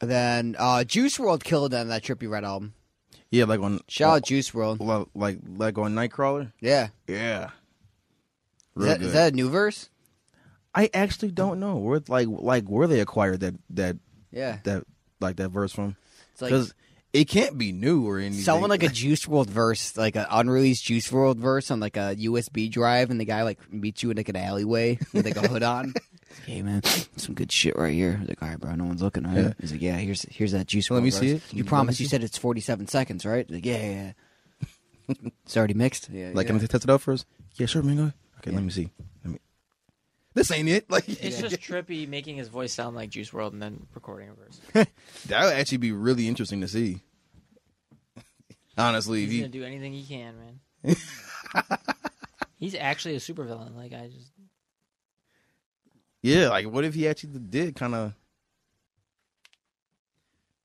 S2: And then uh, Juice World killed it on that Chirpy Red album.
S1: Yeah, like on
S2: Shout out Juice World.
S1: li- like like on Nightcrawler.
S2: Yeah.
S1: Yeah.
S2: Is
S1: Real
S2: that,
S1: good.
S2: is that a new verse?
S1: I actually don't know where like like where they acquired that that
S2: Yeah.
S1: that like that verse from
S2: It's like
S1: because it can't be new or anything.
S2: selling like a Juice World verse, like an unreleased Juice World verse on like a USB drive, and the guy like meets you in like an alleyway with like a hood on. Hey man, some good shit right here. I was like, all right, bro, no one's looking, right?
S1: Yeah.
S2: He's like, yeah, here's here's that Juice
S1: Let
S2: World.
S1: me
S2: verse.
S1: see it.
S2: You
S1: Let
S2: promise
S1: me
S2: you said it's forty seven seconds, right? Like, yeah, yeah, yeah. it's already mixed. Yeah,
S1: like
S2: yeah.
S1: can I test it out first? Yeah, sure, man. Go ahead. Okay, let me see. Let me. This ain't it. Like
S3: It's just Trippy making his voice sound like Juice World and then recording a verse.
S1: that would actually be really interesting to see. Honestly, if
S3: He's
S1: you-
S3: gonna do anything he can, man. He's actually a supervillain. Like I just
S1: yeah, like what if he actually did kind of?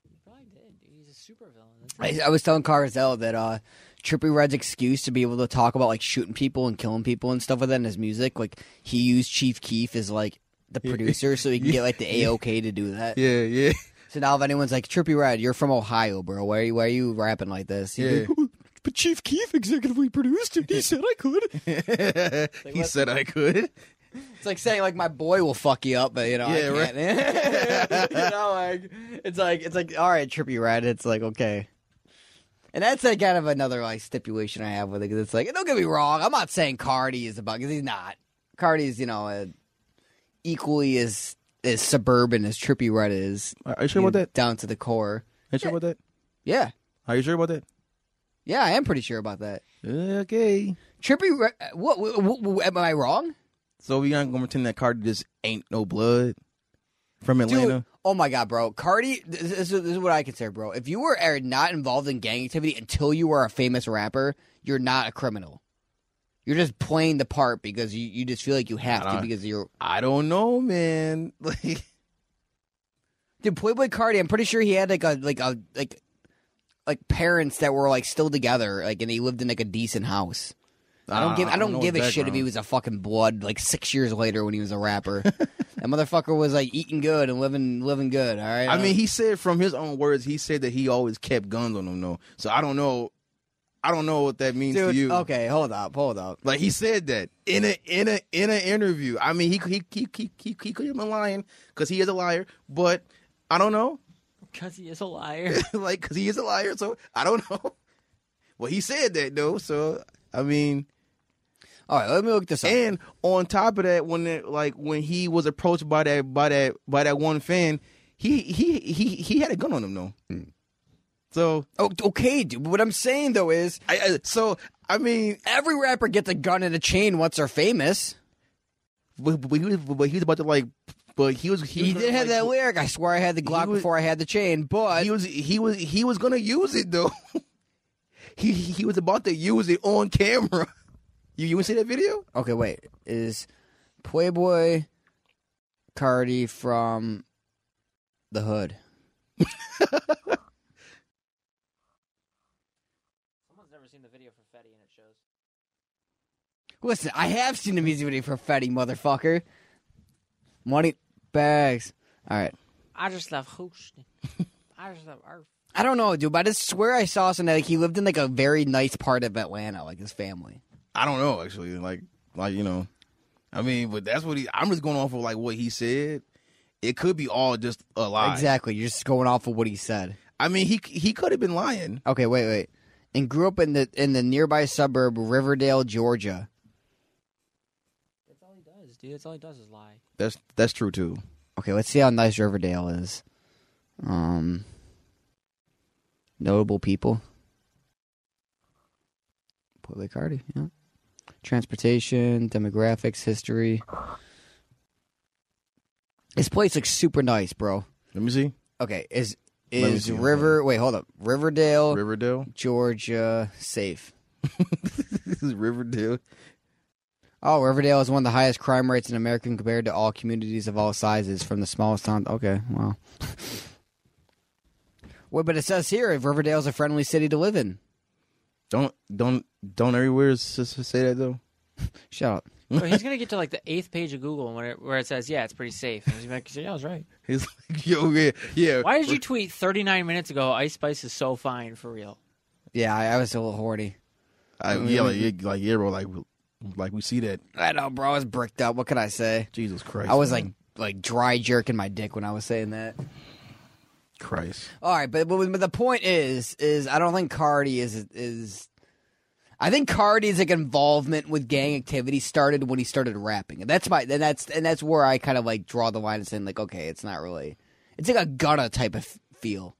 S3: he probably did. Dude. He's a supervillain. That's
S2: I, I was telling Carzel that uh, Trippy Red's excuse to be able to talk about like shooting people and killing people and stuff like that in his music, like he used Chief Keef as like the producer, so he can get like the AOK to do that.
S1: Yeah, yeah,
S2: So now if anyone's like Trippy Red, you're from Ohio, bro. Why are you, why are you rapping like this? He'd be
S1: Yeah.
S2: like, "Oh, but Chief Keef executively produced it. He said I could.
S1: he said I could.
S2: It's like saying like my boy will fuck you up, but you know
S1: Yeah,
S2: I
S1: right.
S2: can't. you know, like it's like it's like all right, Trippy Red. It's like okay, and that's like kind of another like stipulation I have with it because it's like don't get me wrong, I'm not saying Cardi is a bug because he's not. Cardi's you know uh, equally as as suburban as Trippy Red is.
S1: Are are you sure
S2: you know,
S1: about that?
S2: down to the core.
S1: Are you sure about that?
S2: Yeah,
S1: Are you sure about that?
S2: yeah, I am pretty sure about that.
S1: Okay.
S2: Trippy Red. What, what, what, what am I wrong?
S1: So we aren't gonna pretend that Cardi just ain't no blood from
S2: Dude,
S1: Atlanta.
S2: oh my god, bro, Cardi. This, this, is- this is what I consider, bro. If you were uh, not involved in gang activity until you were a famous rapper, you're not a criminal. You're just playing the part because you, you just feel like you have to
S1: Nah.
S2: because you're.
S1: I don't know, man. Like,
S2: Dude, Playboy Cardi, I'm pretty sure he had like a like a like like parents that were like still together, like and he lived in like a decent house. I don't give Uh, I don't
S1: know
S2: give a
S1: his
S2: shit if he
S1: background.
S2: was a fucking blood like six years later when he was a rapper. that motherfucker was like eating good and living living good. All right,
S1: I mean, he said from his own words, he said that he always kept guns on him, though. So I don't know, I don't know what that means
S2: dude.
S1: to you.
S2: Okay, hold up, hold up.
S1: Like he said that in a in a in an interview. I mean, he he he he he, he could have been lying because he is a liar, but I don't know,
S3: because he is a liar.
S1: like because he is a liar. So I don't know. Well, he said that though, so I mean.
S2: All right, let me look this up.
S1: And on top of that, when it, like when he was approached by that by that by that one fan, he he he he had a gun on him though. So
S2: oh, okay, dude. What I'm saying though is
S1: I, I so I mean,
S2: every rapper gets a gun and a chain once they're famous.
S1: but, but he was but he was about to like, but he was he,
S2: He
S1: was
S2: did
S1: gonna,
S2: have that
S1: like,
S2: lyric. I swear I had the Glock
S1: was-
S2: before I had the chain, but
S1: He was he was he was gonna use it though. he he was about to use it on camera. You you want to see that video?
S2: okay, wait. Is Playboy Cardi from the hood?
S3: Someone's never seen the video for Fetty, and it shows.
S2: Listen, I have seen the music video for Fetty, motherfucker. Money bags. All right.
S3: I just love hosting. I just love art.
S2: I don't know, dude, but I just swear I saw something like he lived in like a very nice part of Atlanta, like his family.
S1: I don't know actually. Like like you know, I mean, but that's what he. I'm just going off of like what he said. It could be all just a lie.
S2: Exactly. You're just going off of what he said.
S1: I mean, he he could have been lying.
S2: Okay, wait, wait. and grew up in the in the nearby suburb Riverdale, Georgia.
S3: That's all he does, dude. That's all he does is lie.
S1: That's that's true too.
S2: Okay, let's see how nice Riverdale is. Um, notable people. Paul Cardi, yeah. Transportation, demographics, history. This place looks super nice, bro.
S1: Let me see.
S2: Okay, is
S1: Let me
S2: is
S1: see, hold
S2: River? Wait, hold up.
S1: Oh.
S2: Riverdale,
S1: Riverdale.
S2: Georgia, safe.
S1: this is Riverdale.
S2: Oh, Riverdale is one of the highest crime rates in America compared to all communities of all sizes, from the smallest town. Okay, wow. Wait, but it says here Riverdale is a friendly city to live in.
S1: Don't don't don't everywhere s- s- say that though.
S2: Shut up.
S3: Bro, he's gonna get to like the eighth page of Google where it, where it says, "Yeah, it's pretty safe." And he's gonna be like, "Yeah, I was right."
S1: He's like, yo, yeah, yeah.
S3: Why did you tweet 39 minutes ago? Ice Spice is so fine for real.
S2: Yeah, I, I was a little horny.
S1: I, yeah, like, yeah, like yeah, bro. Like, we- like we see that.
S2: I know, bro. I was bricked up. What can I say?
S1: Jesus Christ.
S2: I was
S1: man.
S2: like like dry jerking my dick when I was saying that.
S1: Christ.
S2: All right, but, but but the point is is I don't think Cardi is is I think Cardi's like involvement with gang activity started when he started rapping. And that's my and that's and that's where I kind of like draw the line and saying like okay, it's not really. It's like a gutter type of feel.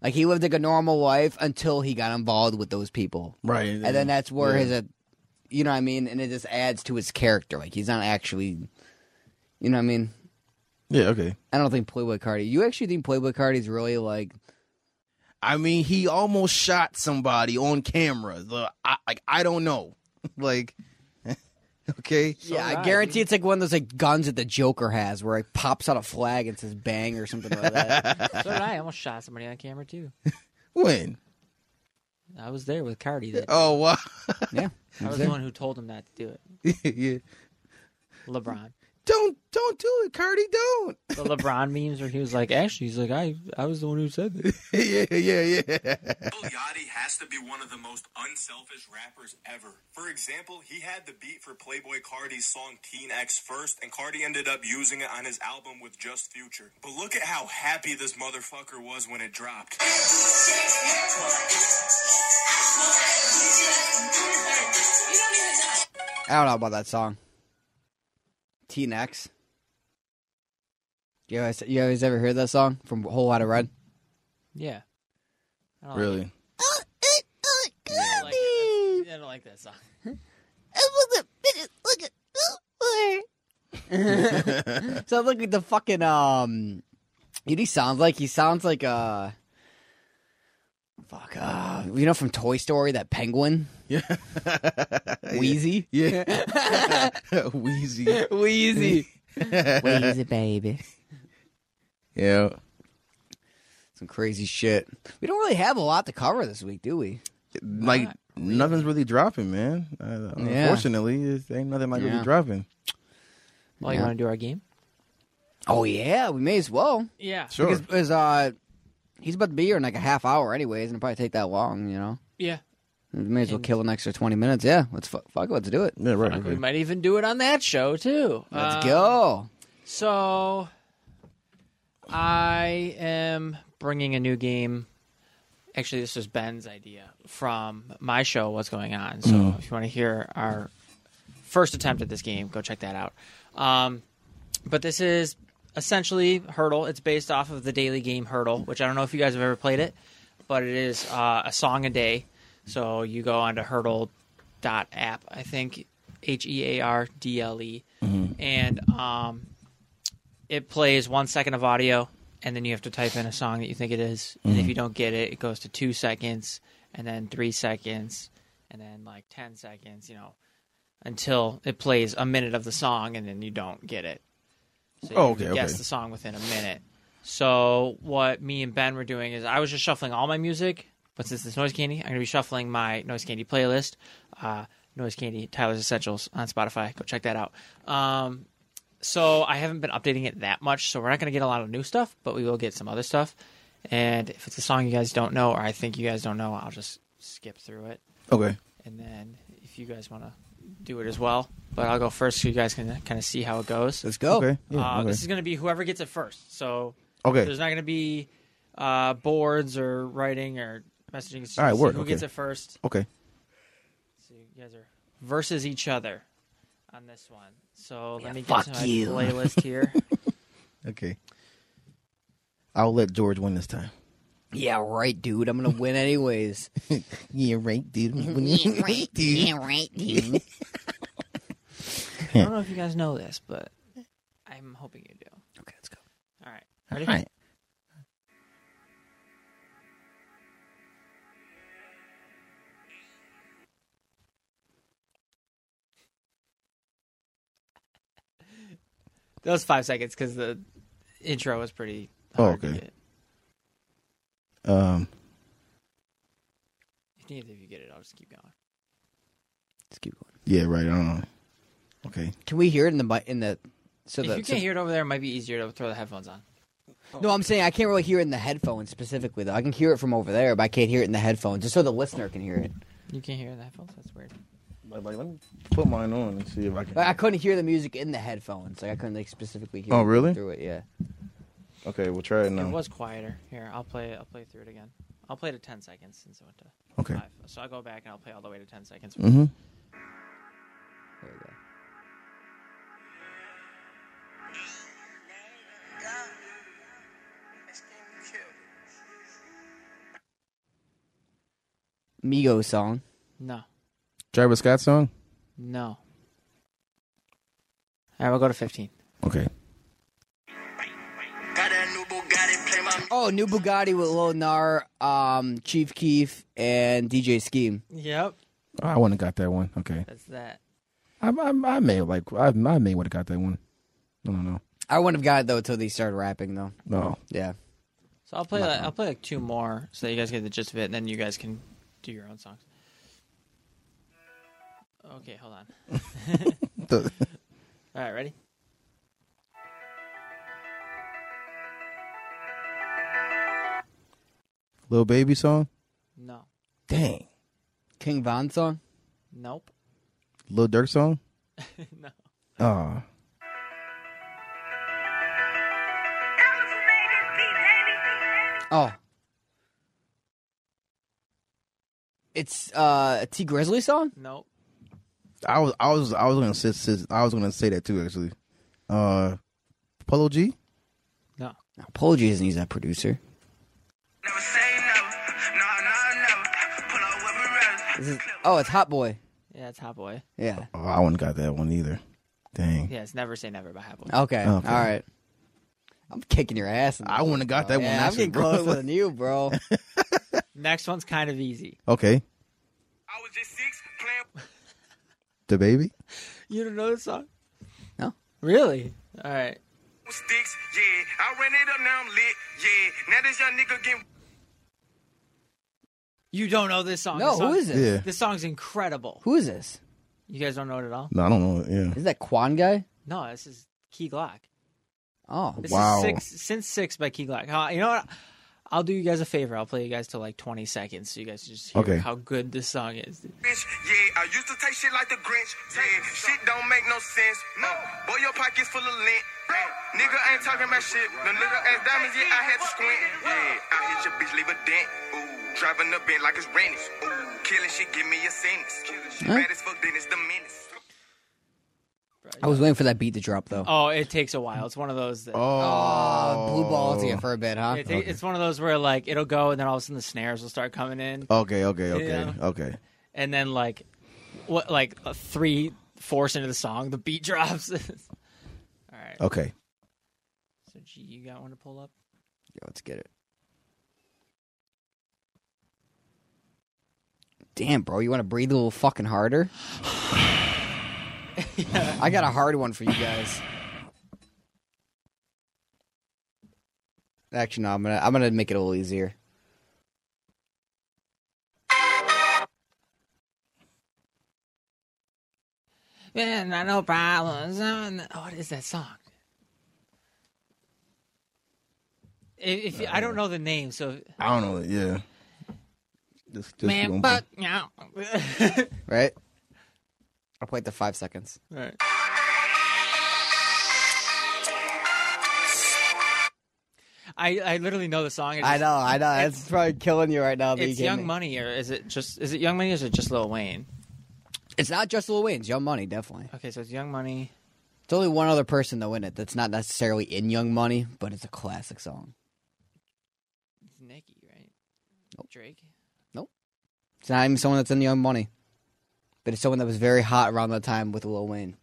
S2: Like he lived like a normal life until he got involved with those people.
S1: Right.
S2: and then that's where
S1: yeah.
S2: his, uh, you know what I mean, and it just adds to his character. Like he's not actually, you know what I mean.
S1: Yeah. Okay.
S2: I don't think Playboy Cardi. You actually think Playboy Cardi's really like?
S1: I mean, he almost shot somebody on camera. The I, like, I don't know. like, okay.
S2: yeah, I
S3: right.
S2: guarantee it's like one of those like guns that the Joker has, where it pops out a flag and says "bang" or something like that.
S3: So did I. I almost shot somebody on camera too.
S1: When?
S3: I was there with Cardi. That,
S1: Oh wow.
S2: yeah,
S3: I was the one who told him not to do it.
S1: yeah.
S3: LeBron.
S1: Don't don't do it, Cardi. Don't.
S3: The LeBron memes where he was like, "Actually, he's like, I I was the one who said this."
S1: yeah, yeah, yeah.
S4: Lil Yachty has to be one of the most unselfish rappers ever. For example, he had the beat for Playboy Cardi's song Teen X first, and Cardi ended up using it on his album with Just Future. But look at how happy this motherfucker was when it dropped.
S2: I don't know about that song. T Nex. You guys, you guys ever hear that song from Whole Lot of Red?
S3: Yeah. I don't Like
S1: Really?
S3: it. I don't like it. I don't like that song.
S2: So look at the fucking um. You know, he sounds like he sounds like uh. Fuck uh, you know from Toy Story that penguin
S1: Yeah.
S2: Wheezy,
S1: Yeah. Wheezy.
S2: Wheezy, Wheezy baby.
S1: Yeah.
S2: Some crazy shit. We don't really have a lot to cover this week, do we?
S1: Like nothing's really dropping, man. Uh,
S2: Yeah.
S1: Unfortunately, it ain't nothing like
S2: Yeah.
S1: really dropping.
S3: Well, you
S2: Yeah.
S3: want to do our game?
S2: Oh yeah, we may as well.
S3: Yeah.
S1: Sure.
S2: Because, because, uh, he's about to be here in like a half hour, anyways, and it'll probably take that long. You know,
S3: Yeah.
S2: we may as well
S3: And-
S2: kill an extra twenty minutes. Yeah, let's fu- fuck. it, Let's do it.
S1: yeah, right.
S3: We
S1: okay.
S3: might even do it on that show too.
S2: Let's
S3: Um,
S2: go.
S3: So, I am bringing a new game. Actually, this was Ben's idea from my show, What's Going On. So, if you want to hear our first attempt at this game, go check that out. Um, but this is essentially Hurdle. It's based off of the daily game Hurdle, which I don't know if you guys have ever played it, but it is uh, a song a day. So, you go onto hurdle.app, I think, H E A R D L E. And um, it plays one second of audio, and then you have to type in a song that you think it is. And if you don't get it, it goes to two seconds, and then three seconds, and then like 10 seconds, you know, until it plays a minute of the song, and then you don't get it. So you
S1: Oh,
S3: have to
S1: okay,
S3: guess
S1: okay.
S3: the song within a minute. So what me and Ben were doing is I was just shuffling all my music, but since it's noise candy, I'm gonna be shuffling my noise candy playlist. Uh, noise candy, Tyler's Essentials on Spotify. Go check that out. Um, so I haven't been updating it that much, so we're not going to get a lot of new stuff, but we will get some other stuff. And if it's a song you guys don't know or I think you guys don't know, I'll just skip through it.
S1: Okay.
S3: And then if you guys want to do it as well, but I'll go first so you guys can kind of see how it goes.
S2: Let's go.
S1: Okay. Yeah,
S3: Uh,
S1: okay.
S3: This is going to be whoever gets it first. So
S1: okay.
S3: there's not going to be uh, boards or writing or messaging. It's
S1: All right,
S3: just
S1: word,
S3: Who
S1: okay.
S3: gets it first?
S1: Okay.
S3: So you guys are versus each other on this one. So let
S2: Yeah,
S3: me
S2: fuck
S3: get to my
S2: you.
S3: playlist here.
S1: Okay. I'll let George win this time.
S2: Yeah, right, dude. I'm gonna win anyways.
S1: Yeah, right, dude.
S2: yeah, right, dude. Yeah, right, dude.
S3: I don't know if you guys know this, but I'm hoping you do.
S2: okay, let's go.
S3: All right, ready?
S1: All right.
S3: That was five seconds because the intro was pretty.
S1: Oh,
S3: Hard to
S1: okay.
S3: get.
S1: Um,
S3: If neither of you get it, I'll just keep going.
S2: Let's keep going.
S1: yeah, right. I don't know. Okay.
S2: Can we hear it in the mi- in the so
S3: if
S2: the
S3: you
S2: so-
S3: can't hear it over there, it might be easier to throw the headphones on.
S2: No, I'm saying I can't really hear it in the headphones specifically though. I can hear it from over there, but I can't hear it in the headphones, just so the listener can hear it.
S3: You can't hear the headphones. That's weird.
S1: Like, let me put mine on and see if I can.
S2: Like, I couldn't hear the music in the headphones. Like I couldn't like specifically hear.
S1: Oh,
S2: it
S1: really?
S2: Through it, yeah.
S1: Okay, we'll try it
S3: It
S1: now.
S3: was quieter. Here, I'll play. I'll play through it again. I'll play to ten seconds since it went to
S1: Okay.
S3: five. So I'll go back and I'll play all the way to ten seconds.
S1: Mm-hmm.
S2: There we go. Migos song.
S3: No,
S1: Travis Scott song.
S3: no. All right, we'll go to fifteen.
S1: Okay.
S2: Oh, new Bugatti with Lil Nar, um, Chief Keef, and DJ Scheme.
S3: Yep,
S1: I wouldn't have got that one. Okay.
S3: that's that.
S1: I I, I may have like I, I may would have got that one. I don't know.
S2: I wouldn't have got it though until they started rapping though.
S1: No.
S2: Yeah.
S3: So I'll play. Like, I'll play like two more so that you guys get the gist of it, and then you guys can do your own songs. Okay, hold on.
S1: The-
S3: All right, ready?
S1: Little baby song.
S3: No,
S1: Dang.
S2: King Von song.
S3: nope,
S1: Little Dirk song.
S3: no.
S1: Oh.
S2: Oh. It's uh, a T Grizzly song.
S3: Nope.
S1: I was I was I was gonna say, say- I was gonna say that too actually. Uh, Polo G.
S3: No.
S2: No, Polo G isn't he's that producer.
S4: Never say never. Nah, nah, never. Pull out with me, rather.
S2: This is, oh, it's Hot Boy.
S3: Yeah, it's Hot Boy.
S2: Yeah.
S1: Oh, I wouldn't got that one either. Dang.
S3: Yeah, it's Never Say Never by Hot Boy.
S2: Okay. All
S1: Okay.
S2: right. I'm kicking your ass. in this
S1: I
S2: one,
S1: wouldn't have got
S2: bro.
S1: that one.
S2: Yeah, I'm
S1: actually,
S2: getting
S1: bro.
S2: closer than you, bro.
S3: Next one's kind of easy.
S1: Okay.
S4: I was just six, playing
S1: The baby.
S3: You don't know this song?
S2: No.
S3: Really? All right.
S4: with sticks. Yeah, I ran it up, now I'm lit. Yeah, now this young nigga getting
S3: You don't know this song?
S2: No,
S3: This song-
S2: who is this?
S1: Yeah.
S3: This song's incredible.
S2: Who is this?
S3: You guys don't know it at all?
S1: No, I don't know. Yeah.
S2: Is that Quan guy?
S3: No, this is Key Glock.
S2: Oh,
S3: This
S1: Wow.
S3: is six, since six by Key Glock. Huh, You know what? I'll do you guys a favor. I'll play you guys to like 20 seconds so you guys just hear
S1: Okay.
S3: how good this song is.
S4: bitch. Yeah, I used to take shit like the Grinch. Yeah, shit don't make no sense. No, boy, your pockets full of lint. Hey, nigga ain't talking about shit. The little ass diamonds, yeah, I had to squint. Yeah, I hit your bitch, leave a dent. Ooh, driving the bed like it's raining. Ooh, killing shit, give me a sentence. She bad as fuck, then it's the menace.
S2: I was waiting for that beat to drop though.
S3: Oh, it takes a while. It's one of those that.
S1: Oh,
S2: Uh, blue balls here for a bit, huh?
S3: it ta- It's one of those where like it'll go and then all of a sudden the snares will start coming in.
S1: Oh, Okay. Okay. Okay.
S3: Yeah.
S1: Okay.
S3: and then like what like uh, three fourths into the song the beat drops all right
S1: Okay.
S3: so g you got one to pull up
S2: Yeah, let's get it. Damn, bro, you want to breathe a little fucking harder? I got a hard one for you guys. Actually, no, I'm gonna I'm gonna make it a little easier.
S3: yeah not no problems Uh, no- oh, what is that song if, if i don't
S1: Uh.
S3: know the name so
S1: I don't know. Yeah. This, this
S3: man
S1: gonna
S3: fuck yeah all
S2: Right? I'll play it the five seconds.
S3: right I, I literally know the song. It
S2: I
S3: just-
S2: know, I know.
S3: It's,
S2: That's probably killing you right now. but you
S3: it's
S2: can't
S3: Young
S2: make-
S3: Money, or is it just is it Young Money, or is it just Lil Wayne?
S2: It's not just Lil Wayne. It's Young Money, definitely.
S3: Okay, so it's Young Money.
S2: It's only one other person though in it that's not necessarily in Young Money, but it's a classic song.
S3: It's Nicki, right?
S2: Nope.
S3: Drake.
S2: It's not even someone that's in Young Money, but it's someone that was very hot around that time with Lil Wayne.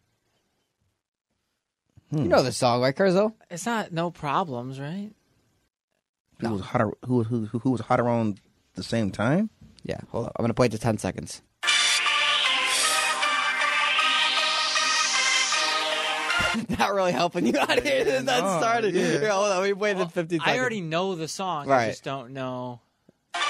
S3: Hmm.
S2: You know the song, right, Curzo?
S3: It's not no problems, right?
S1: Who was hot? ar- Who who who who was hot around the same time?
S2: Yeah, hold on. I'm gonna play it to ten seconds. Not really helping you out here since that
S1: no,
S2: started.
S1: yeah.
S2: Here, hold on, we waited
S3: Well,
S2: 15 seconds.
S3: I already know the song. I
S2: Right.
S3: just don't know.
S5: Man,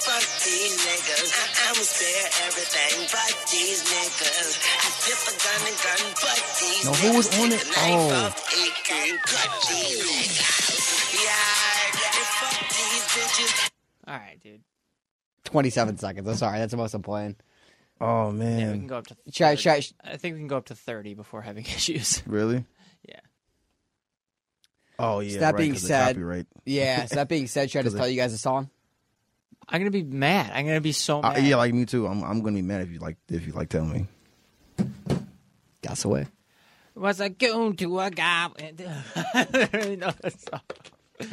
S5: fuck these niggas. I, I was there, everything but these niggas. I sip a gun and gun, but these
S1: Now,
S5: niggas.
S1: who was on
S5: Take
S1: it?
S5: a knife
S1: Oh.
S5: off, it can cut these niggas. Yeah, and fuck these bitches.
S3: All right, dude.
S2: 27 seconds. I'm sorry, that's the most I'm playing.
S1: Oh
S3: Yeah, we can
S1: man,
S3: go up to. 30.
S2: Should I, should I,
S3: I think we can go up to thirty before having issues.
S1: really?
S3: Yeah.
S1: Oh yeah.
S2: So that
S1: right,
S2: being
S1: 'cause of
S2: said-
S1: copyright.
S2: yeah, so that being said, should I just tell you guys a song?
S3: I'm gonna be mad. I'm gonna be
S2: Oh,
S3: so
S1: Uh,
S3: mad.
S1: yeah, like me too. I'm I'm gonna be mad if you like if you like tell me.
S2: Got away.
S3: Was I going to a goblin? I don't even know that song.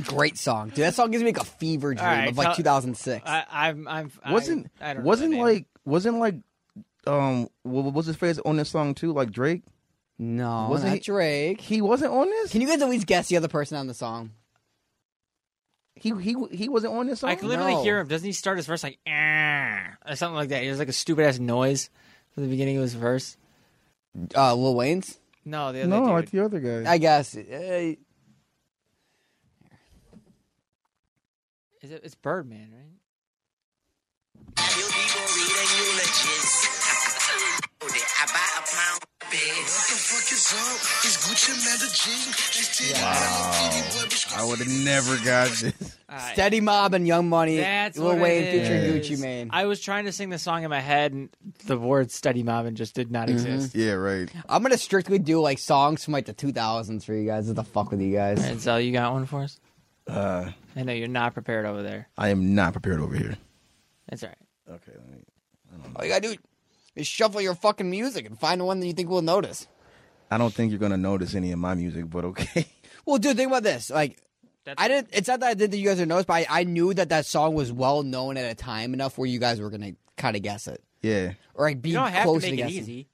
S2: Great song. Dude, that song gives me like a fever dream
S3: right,
S2: of like
S3: tell-
S2: 2006.
S3: I, I'm. I'm. I-
S1: Wasn't
S3: I, don't know
S1: wasn't
S3: the name.
S1: like wasn't like um what what was his face on this song too? Like Drake,
S2: no,
S1: wasn't
S2: not
S1: he-
S2: Drake.
S1: he wasn't on this.
S2: Can you guys at least guess the other person on the song?
S1: He he he wasn't on this song.
S3: I can literally
S2: No.
S3: hear him. Doesn't he start his verse like "Ah," or something like that? He has like a stupid ass noise from the beginning of his verse.
S2: Uh, Lil Wayne's?
S3: No, the other
S1: no,
S3: dude.
S1: like the other guy.
S2: I guess. Uh,
S3: Is it, it's Birdman, right?
S5: You'll be gonna read a eulogies. I buy a pound of bitch.
S6: What the fuck is up? It's Gucci Manda G. It's T-
S1: I would have never got this.
S3: All right.
S2: Steady Mob and Young Money.
S3: That's
S2: Lil
S3: what
S2: Wayne
S3: it
S2: featuring
S3: is.
S2: Gucci Mane. I,
S3: I was trying to sing the song in my head, and the word "study mobbing" just did
S2: Mm-hmm.
S3: not exist.
S1: Yeah, right.
S2: am gonna strictly do like songs from like the 2000s for you guys. What the fuck with you guys?
S3: And so you got one for us?
S1: Uh,
S3: I know you're not prepared over there.
S1: I am not prepared over here.
S3: That's all right.
S1: Okay. Let me...
S2: All you gotta do is shuffle your fucking music and find the one that you think will notice.
S1: I don't think you're gonna notice any of my music, but okay.
S2: Well, dude, think about this. Like,
S3: That's
S2: I didn't. It's not that I did that. You guys would notice, but I, I knew that that song was well known at a time enough where you guys were gonna kind of guess it
S1: yeah.
S2: or like be
S3: You don't have to
S2: close
S3: make it
S2: guessing.
S3: easy.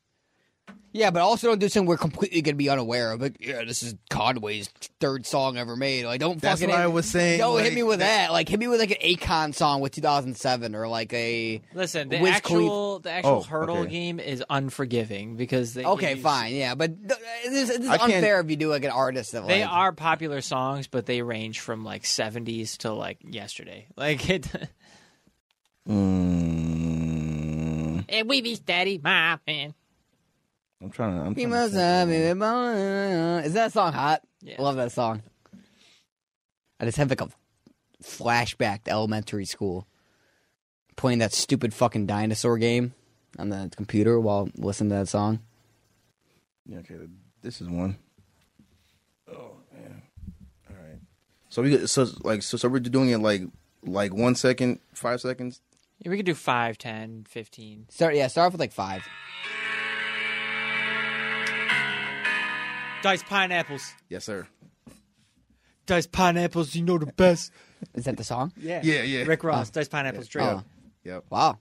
S2: Yeah, but also don't do something we're completely gonna be unaware of. Like, yeah, this is Conway's third song ever made. Like, don't
S1: That's
S2: fucking.
S1: what
S2: hit,
S1: I was saying,
S2: Don't hit
S1: like,
S2: me with
S1: that-
S2: that. Like, hit me with like an Akon song with 2007 or like a.
S3: Listen, the
S2: Wiz
S3: actual the actual
S1: Oh,
S3: hurdle
S1: okay.
S3: game is unforgiving because they
S2: Okay,
S3: use-
S2: fine, yeah, but th- uh, this, this is
S1: I can't-
S2: unfair if you do like an artist that
S3: They
S2: like,
S3: are popular songs, but they range from like 70s to like yesterday. Like it.
S1: Mm,
S3: and we be steady mobbing.
S1: I'm trying to. I'm
S2: He
S1: trying
S2: must
S1: to
S2: have been born- Is that song hot?
S3: Yeah.
S2: I love that song. I just have like a flashback to elementary school, playing that stupid fucking dinosaur game on the computer while listening to that song.
S1: Yeah, okay, this is one. Oh man! All right. So we could- so like so so we're doing it like like one second, five seconds.
S3: Yeah, we could do 5, 10, 15.
S2: Start yeah, start off with like five.
S3: Dice pineapples.
S1: Yes, sir.
S3: Dice pineapples, you know the best.
S2: Is that the song?
S3: Yeah.
S1: Yeah, yeah.
S3: Rick Ross, Dice Pineapples, Drake.
S2: Uh, Oh,
S1: Yep.
S2: wow,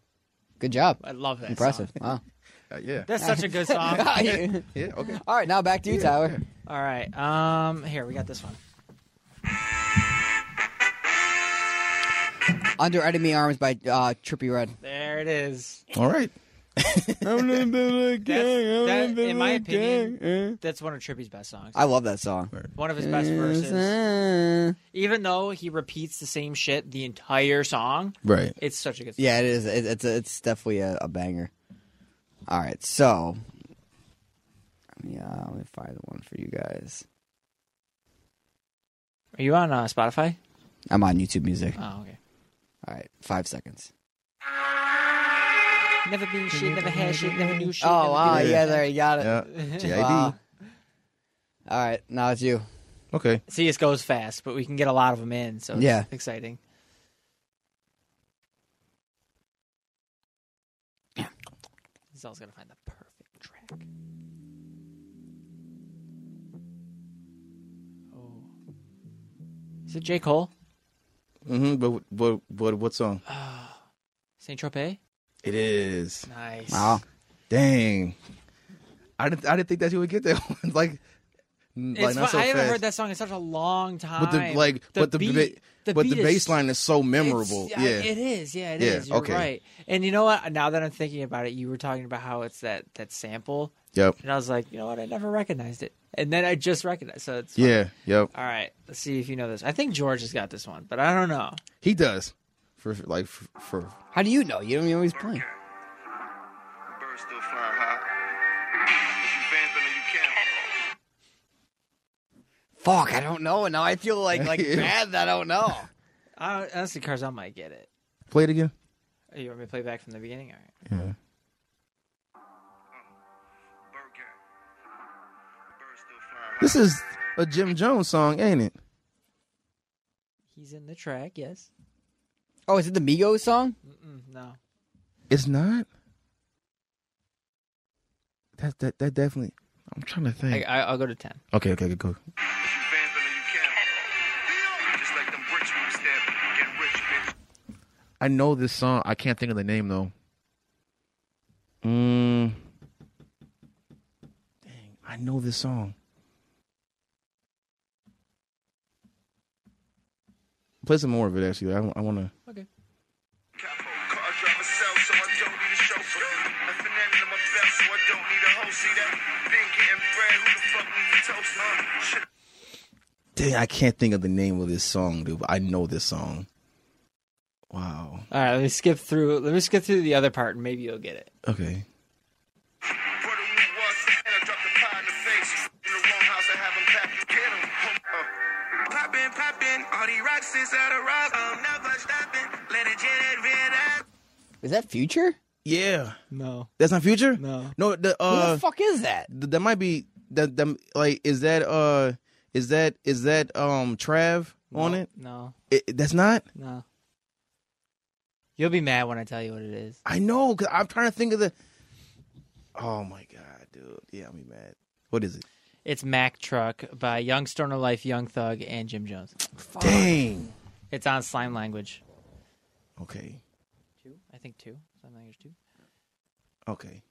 S2: good job,
S3: I love that.
S2: impressive.
S3: song.
S2: Wow.
S1: Uh, yeah.
S3: That's such a good song.
S2: All
S1: yeah. Okay.
S2: right, now back to you, Tyler.
S3: All right. Um here, we got this one.
S2: Under Enemy Arms by uh, Trippy Red.
S3: There it is.
S1: All right.
S3: That's, that, in my opinion, that's one of Trippy's best songs.
S2: I love that song. Uh.
S3: One of his best verses. Even though he repeats the same shit the entire song,
S1: Right.
S3: it's such a good song.
S2: Yeah, it is. It, it's it's definitely a, a banger. All right, so yeah, let me find the one for you guys.
S3: Are you on uh, Spotify?
S2: I'm on YouTube Music.
S3: Oh, okay.
S2: All right, five seconds.
S3: Never been shit, never had shit, never knew shit.
S2: Oh wow,
S1: Yeah.
S2: yeah, there you got it.
S1: Yeah. JID.
S2: Wow. All right, now it's you.
S1: Okay.
S3: See, this goes fast, but we can get a lot of them in, so it's
S2: Yeah.
S3: exciting. Zell's gonna find the perfect track. Oh, is it J Cole?
S1: Mm-hmm. But but but what song?
S3: Saint Tropez?
S1: It is.
S3: Nice.
S2: Wow.
S1: Dang. I didn't I didn't think that you would get that one. Like, n-
S3: It's
S1: like not
S3: fun-
S1: so
S3: I haven't
S1: fast.
S3: heard that song in such a long time.
S1: But the like, but the
S3: beat-
S1: ba- but the
S3: beat is
S1: bass line is so memorable.
S3: It's-
S1: yeah.
S3: I- it is. Yeah, it
S1: Yeah,
S3: is. You're
S1: okay.
S3: right. And you know what? Now that I'm thinking about it, you were talking about how it's that that sample,
S1: yep.
S3: and I was like, you know what? I never recognized it, and then I just recognized. So it's fun.
S1: Yeah. Yep.
S3: All right, let's see if you know this. I think George has got this one, but I don't know.
S1: He does. For like for, for
S2: How do you know? You don't even know he's playing.
S4: Birds still flying high. If you vamping or you camping.
S2: Fuck, I don't know, and now I feel like like bad that I don't know.
S3: I, honestly, Carzal might get it. Oh,
S1: play it again.
S3: You want me to play back from the beginning? All right.
S1: Yeah.
S4: Bird gang. Birds still flying high.
S1: This is a Jim Jones song, ain't it?
S3: He's in the track. Yes.
S2: Oh, is it the Migos song?
S3: Mm-mm, Mm, no.
S1: It's not. That that that definitely. I'm trying to
S3: I,
S1: think.
S3: I, I'll go to ten.
S1: okay. Okay. Okay. Go.
S4: If you vamping or you camping. Just like them rich people stamping. Get rich, bitch.
S1: I know this song. I can't think of the name though. Mm. Dang, I know this song. Play some more of it. Actually, I, want to.
S4: Capo. Car driver self, so I don't need a chauffeur. A fanatic in my belt, so I don't need a hoe. See that? Been getting bread, who the fuck needs a toast, huh? Shit.
S1: Dang, I can't think of the name of this song, dude. But I know this song. Wow.
S3: All right. Let me skip through. Let me skip through the other part, and maybe you'll get it.
S1: Okay.
S4: Brother, who was the man? I dropped the pie in the face. In the wrong house, I have him packed. You get him. Uh. Poppin', poppin', all these rocks since I arrived. I'm never stopping. Let it jet it red eye.
S2: Is that Future?
S1: Yeah,
S3: No.
S1: that's not future.
S3: No.
S1: No. The
S2: Who
S1: uh,
S2: the fuck is that?
S1: th- that might be that. Them like is that uh, is that is that um Trav on it?
S3: No.
S1: it? That's not.
S3: No. You'll be mad when I tell you what it is.
S1: I know, cause I'm trying to think of the. Oh my god, dude! Yeah, I'm mad. What is it?
S3: It's Mack Truck by Young Stoner Life, Young Thug, and Jim Jones.
S1: Dang.
S3: It's on Slime Language.
S1: Okay.
S3: Two? I think two. Slime Language two.
S1: Okay.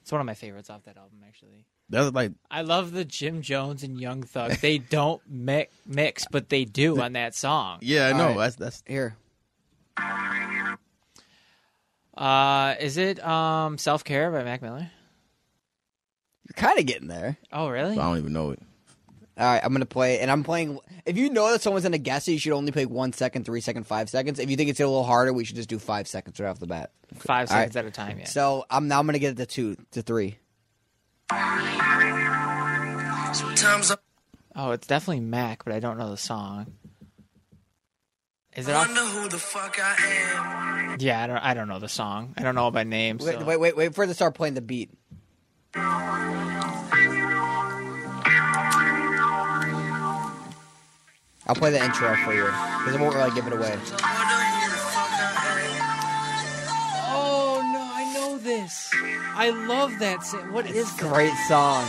S3: It's one of my favorites off that album, actually.
S1: That was like
S3: I love the Jim Jones and Young Thug. They don't mi- mix, but they do on that song.
S1: yeah, I know. That's that's
S2: Here.
S3: Uh, is it um, Self Care by Mac Miller?
S2: You're kind of getting there.
S3: Oh, really?
S1: I don't even know it.
S2: All right, I'm gonna play, it, and I'm playing. If you know that someone's gonna guess it, you should only play one second, three second, five seconds. If you think it's a little harder, we should just do five seconds right off the bat.
S3: Five
S2: All right.
S3: seconds at a time, yeah.
S2: So I'm now I'm gonna get it to two, to three.
S6: Sometimes I
S3: oh, it's definitely Mac, but I don't know the song. Is it off?
S6: wonder who the fuck I am.
S3: Yeah, I don't. I don't know the song. I don't know it by name.
S2: Wait,
S3: so-
S2: wait, wait, wait for it to start playing the beat. I'll play the intro for you because I won't really give it away.
S6: I wonder who the fuck I
S3: Oh no, I know this. I love that. sa- What is that?
S2: Great song.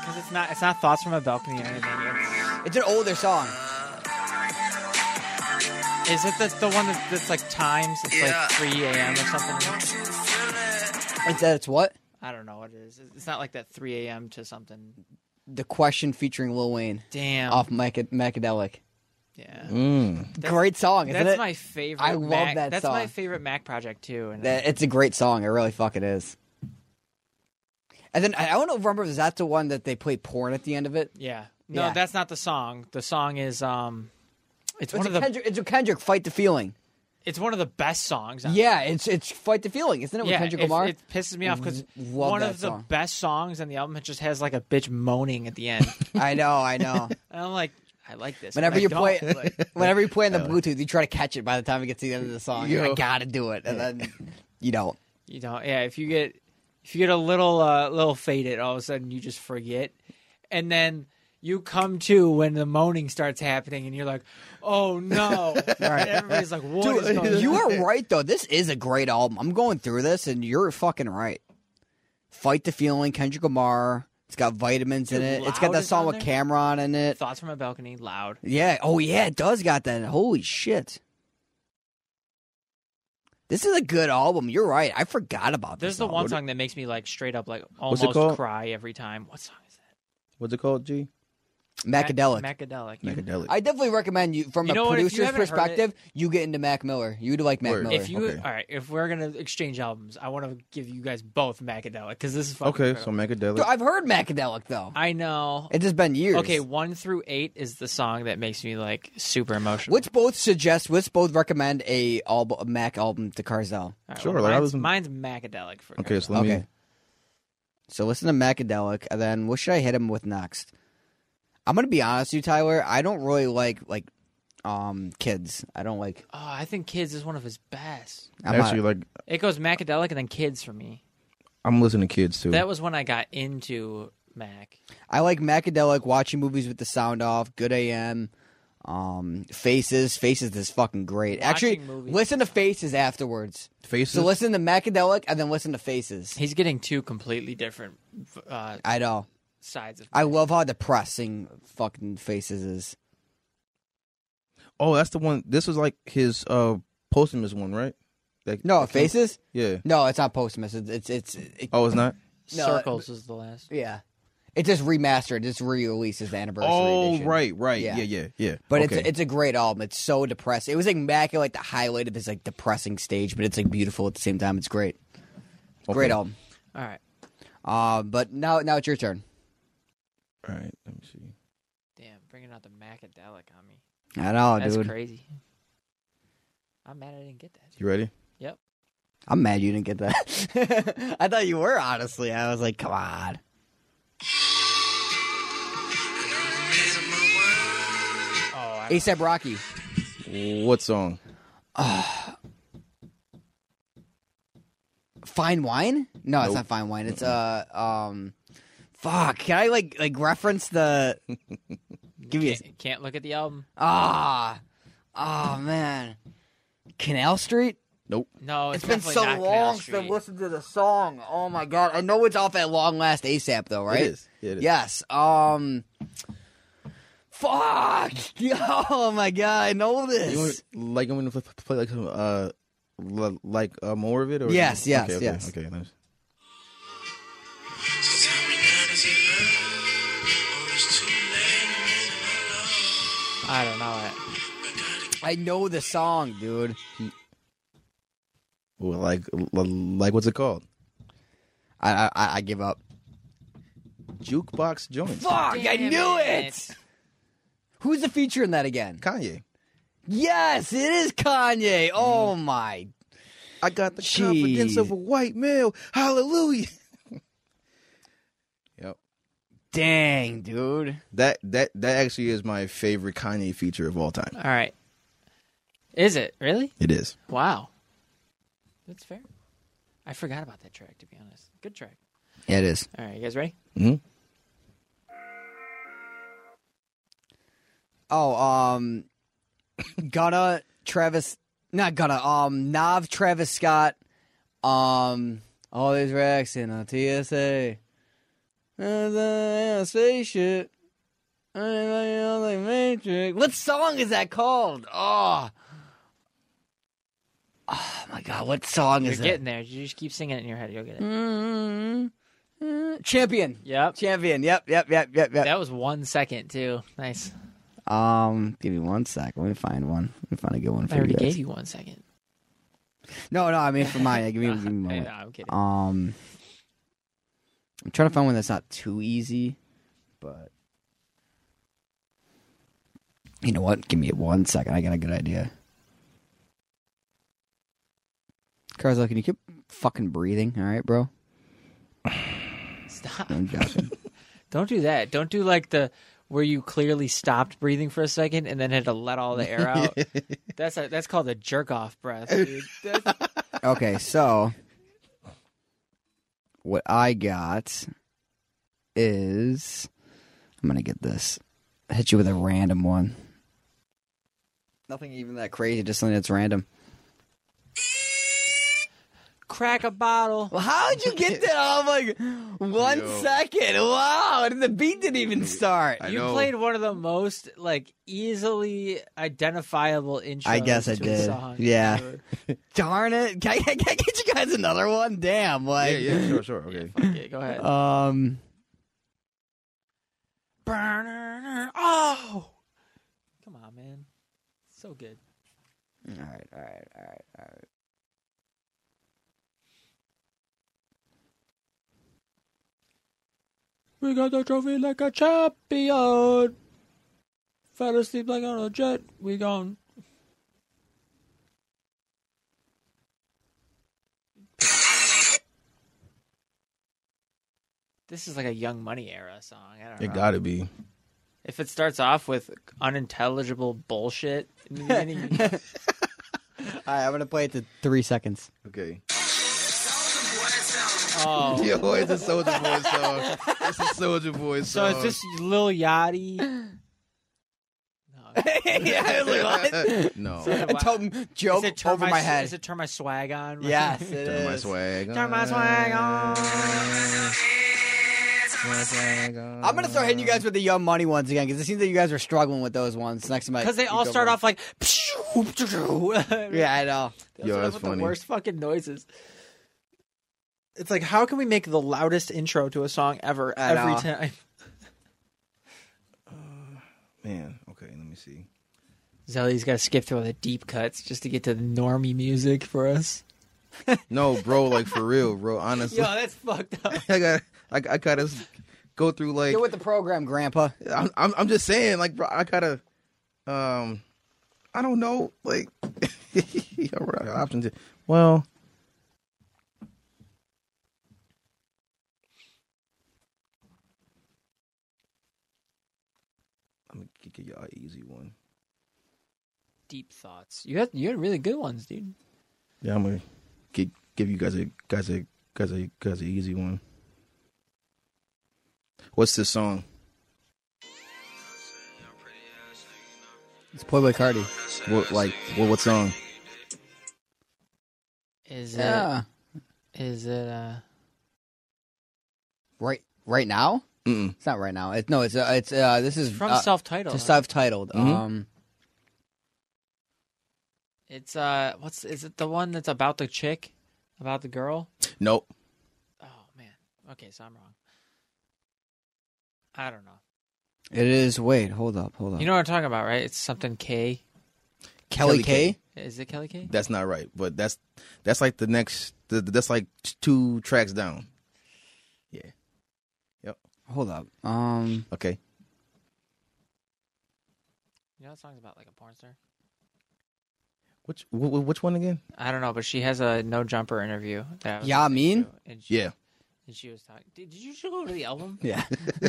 S3: Because it's not. It's not thoughts from a balcony or anything. It's,
S2: It's an older song.
S3: is it the the one that, that's like times? It's
S6: Yeah.
S3: like 3 a.m. or something.
S6: am. You feel that?
S2: It's that. It's what
S3: I don't know what it is. It's not like that 3 a.m. to something.
S2: the question featuring Lil Wayne
S3: Damn.
S2: off Mac- Macadelic.
S3: Yeah.
S2: Great song, isn't
S3: Mm-hmm. That's
S2: it?
S3: my favorite.
S2: I love
S3: Mac-
S2: that
S3: That's
S2: song.
S3: my favorite Mac project too. And
S2: That- It's a great song. It really fucking is. And then I I don't know, remember if that's the one that they played porn at the end of it.
S3: yeah. No,
S2: Yeah.
S3: that's not the song. The song is um.
S2: It's
S3: It's, one
S2: a,
S3: of the.
S2: Kendrick, it's a Kendrick fight the feeling.
S3: It's one of the best songs. On
S2: Yeah, it's it's fight the feeling, isn't it? With
S3: yeah,
S2: Kendrick
S3: it-
S2: Lamar.
S3: It, pisses me off because
S2: Love
S3: one
S2: that
S3: of the
S2: song.
S3: best songs on the album it just has like a bitch moaning at the end,
S2: I know, I know.
S3: and I'm like, I like this. but
S2: Whenever
S3: I
S2: you
S3: don't.
S2: play,
S3: Like,
S2: whenever you play on the Bluetooth, you try to catch it by the time it gets to the end of the song. You're like, I gotta do it, and then you don't.
S3: you don't. Yeah, if you get if you get a little uh, little faded, all of a sudden you just forget, and then you come to when the moaning starts happening, and you're like, "Oh no!" And everybody's like, "What is going on?"
S2: You are right though. This is a great album. I'm going through this, and you're fucking right. Fight the feeling, Kendrick Lamar. It's got vitamins in
S3: Dude,
S2: it. It's got
S3: Loud
S2: that
S3: is
S2: song
S3: on
S2: with
S3: there?
S2: Cameron in it.
S3: Thoughts from a balcony, loud.
S2: Yeah. Oh yeah, it does got that. Holy shit. This is a good album. You're right. I forgot about this.
S3: There's the one
S2: album.
S3: song that makes me like straight up like
S1: it called?
S3: almost cry every time. What song is that?
S1: What's it called? G.
S2: Macadelic.
S3: Macadelic. You-
S1: Macadelic.
S2: I definitely recommend you from
S3: You know
S2: a
S3: what, if you
S2: producer's
S3: haven't heard
S2: perspective. You get into Mac Miller. You'd like Mac
S1: Word.
S2: Miller.
S3: If you
S1: Okay.
S3: all right, if we're gonna exchange albums, I want to give you guys both Macadelic because this is fucking
S1: okay, so
S3: incredible.
S2: Dude,
S1: Macadelic.
S2: I've heard Macadelic though.
S3: I know.
S2: It's just been years.
S3: Okay, one through eight is the song that makes me like super emotional.
S2: Let's both suggest. Let's both recommend a, alb- a Mac album to Carzell.
S3: All right,
S1: Sure,
S3: well,
S1: like, I
S3: mine's,
S1: was in-
S3: mine's Macadelic for
S1: Okay,
S3: okay.
S1: so let me.
S2: Okay. So listen to Macadelic, and then what should I hit him with next? I'm gonna be honest with you, Tyler. I don't really like like um kids. I don't like.
S3: Oh, I think Kids is one of his best.
S2: I'm
S1: actually,
S2: not,
S1: like
S3: It goes Macadelic and then Kids for me.
S1: I'm listening to kids too.
S3: That was when I got into Mac.
S2: I like Macadelic. Watching movies with the sound off. Good AM. Um, Faces. Faces is fucking great. Actually,
S3: Watching movies.
S2: listen to Faces afterwards.
S1: Faces.
S2: So listen to Macadelic, and then listen to Faces.
S3: He's getting two completely different uh,
S2: I know.
S3: sides of.
S2: I love how depressing fucking Faces is.
S1: oh, that's the one. This was like his uh posthumous one, right? Like,
S2: No,
S1: that came-
S2: Faces.
S1: Yeah.
S2: No, it's not posthumous. It's it's it's it,
S1: Oh, it's not.
S2: No,
S3: Circles is the last.
S2: yeah. It just remastered. Just re-releases the anniversary.
S1: Oh,
S2: edition.
S1: right, right.
S2: Yeah.
S1: Yeah, yeah, yeah.
S2: But
S1: okay.
S2: it's it's a great album. It's so depressing. It was like Mac at like the highlight of his like depressing stage, but it's like beautiful at the same time. It's great. Great
S1: Okay.
S2: album.
S3: All right.
S2: Uh, but now now it's your turn.
S1: All right, let me see.
S3: Damn, bringing out the Macadelic on me.
S2: I know,
S3: That's
S2: dude.
S3: crazy. I'm mad I didn't get that.
S1: You ready?
S2: I'm mad you didn't get that. I thought you were honestly. I was like, come on.
S3: Oh, I,
S2: ASAP Rocky.
S1: What song?
S2: Fine wine? No, it's
S1: Nope.
S2: not fine wine. It's uh um, fuck. Can I like like reference the? Give me a
S3: can't, can't look at the album.
S2: ah ah man, Canal Street.
S1: Nope.
S3: No, it's,
S2: it's been so
S3: definitely not Canal
S2: long since I've
S3: Street.
S2: listened to the song. Oh my god! I know it's off at long last ASAP though, right?
S1: It is. Yeah, it is.
S2: Yes. Um. Fuck! Oh my god! I know this.
S1: You want, like, I'm gonna play, play like some uh, l- like uh, more of it. Or
S2: Yes, yes,
S1: okay, okay,
S2: yes.
S1: Okay, nice.
S3: I don't know it.
S2: I know the song, dude.
S1: Well, like, l- like what's it called?
S2: I I, I give up.
S1: Jukebox Jones.
S2: Fuck! I
S3: Damn
S2: knew it.
S3: it.
S2: Who's the feature in that again?
S1: Kanye.
S2: Yes, it is Kanye. Oh my!
S1: I got the
S2: Jeez.
S1: confidence of a white male. Hallelujah. yep.
S2: Dang, dude.
S1: That that that actually is my favorite Kanye feature of all time.
S3: All right. Is it really?
S1: It is.
S3: Wow. That's fair. I forgot about that track to be honest. Good track.
S2: Yeah, it is.
S3: All right, you guys ready?
S1: Mhm.
S2: Oh, um, Gunna, Travis, not Gunna, um, Nav, Travis Scott, um, all these racks in a TSA. And then a spaceship. I am like Matrix. What song is that called? Oh. Oh my god, what song
S3: You're
S2: is
S3: getting there. You just keep singing it in your head. You'll get it.
S2: that? Mm-hmm. Champion.
S3: Yep.
S2: Champion. Yep, yep, yep, yep, yep.
S3: That was one second too. Nice.
S2: Um, give me one sec. Let me find one. Let me find a good one for
S3: I already
S2: you guys.
S3: gave you one second.
S2: No, no, I mean for mine. Give me, give me a
S3: I
S2: moment.
S3: know, I'm kidding.
S2: Um, I'm trying to find one that's not too easy, but you know what? Give me one second. I got a good idea. Carzo, can you keep fucking breathing? All right, bro.
S3: Stop.
S2: No, I'm joking.
S3: Don't do that. Don't do like the where you clearly stopped breathing for a second and then had to let all the air out. that's a, that's called a jerk off breath, dude. That's-
S2: okay, so What I got is I'm gonna get this. Hit you with a random one. Nothing even that crazy, just something that's random.
S3: Crack a bottle.
S2: Well, how did you get that? I'm like, one
S1: Yo.
S2: second. Wow, and the beat didn't even start.
S1: I
S3: you
S1: know.
S3: played one of the most like easily identifiable intros.
S2: I guess I
S3: to a
S2: did.
S3: song
S2: Yeah.
S3: ever.
S2: Darn it! Can I, can I get you guys another one? Damn,
S1: Yeah,
S2: like,
S1: yeah, sure, sure. Okay.
S3: Fuck it, go ahead.
S2: um,
S3: Burner. Oh, come on, man. So good.
S2: all right, all right, all right, all right.
S3: We got the trophy like a champion. Fell asleep like on a jet. We gone. This is like a Young Money era song. I don't know.
S1: It gotta be.
S3: If it starts off with unintelligible bullshit, in the beginning,
S2: All right, I'm gonna play it to three seconds.
S1: Okay.
S3: oh,
S1: Yo, it's a Soldier Boy song. It's a Soldier Boy song.
S3: so it's just Lil Yachty. No,
S2: yeah, I was like, what?
S1: no.
S3: So-
S2: A totem joke
S3: Is it turn
S2: over my, head.
S3: Is it turn my swag on?
S2: yes, it
S1: Turn my
S2: is.
S1: swag.
S3: Turn my
S1: on.
S3: swag on.
S1: My swag on.
S2: I'm gonna start hitting you guys with the Young Money ones again because it seems that you guys are struggling with those ones. Next time, I-
S3: Because they all
S2: go
S3: start
S2: over.
S3: off like. yeah,
S2: Yeah, I know.
S1: Yo, that's funny.
S3: The worst fucking noises. It's like, how can we make the loudest intro to a song ever
S2: I
S3: every
S2: know.
S3: time?
S1: Man, okay, let me see.
S3: Zelly's got to skip through all the deep cuts just to get to the normie music for us.
S1: No, bro, like for real, bro. Honestly,
S3: Yo, that's fucked up.
S1: I got, I, I gotta go through like.
S2: Get with the program, Grandpa.
S1: I'm, I'm, I'm just saying, like, bro, I gotta, um, I don't know, like, all right, options. here. Well, I'm gonna give y'all an easy one.
S3: Deep thoughts. You had you had really good ones, dude.
S1: Yeah, I'm gonna gi- give you guys a guys a guys a guys a easy one. What's this song?
S2: It's Playboy Cardi.
S1: What like what what song?
S3: Is
S2: Yeah.
S3: it? Is it? Uh,
S2: Right, right now.
S1: Mm-mm.
S2: It's not right now. It's no. It's uh, it's uh. This is
S3: from
S2: uh,
S3: self-titled.
S2: It's self-titled.
S1: Mhm.
S2: Um,
S3: It's uh, what's is it the one that's about the chick, about the girl?
S1: Nope.
S3: Oh man. Okay, so I'm wrong. I don't know.
S2: it is. Wait, hold up, hold up.
S3: You know what I'm talking about, right? It's something K.
S2: Kelly,
S1: Kelly
S2: K.
S1: K.
S3: Is it Kelly K?
S1: That's not right. But that's that's like the next. th- That's like t- two tracks down. Yeah.
S2: Hold up. Um,
S1: Okay.
S3: You know that song's about like a porn star.
S1: Which wh- wh- which one again?
S3: I don't know, but she has a no jumper interview. That I was
S2: Yeah,
S3: listening
S2: mean?
S3: to, and she,
S1: Yeah.
S3: and she was talking. Did, did you should go to the album?
S2: yeah.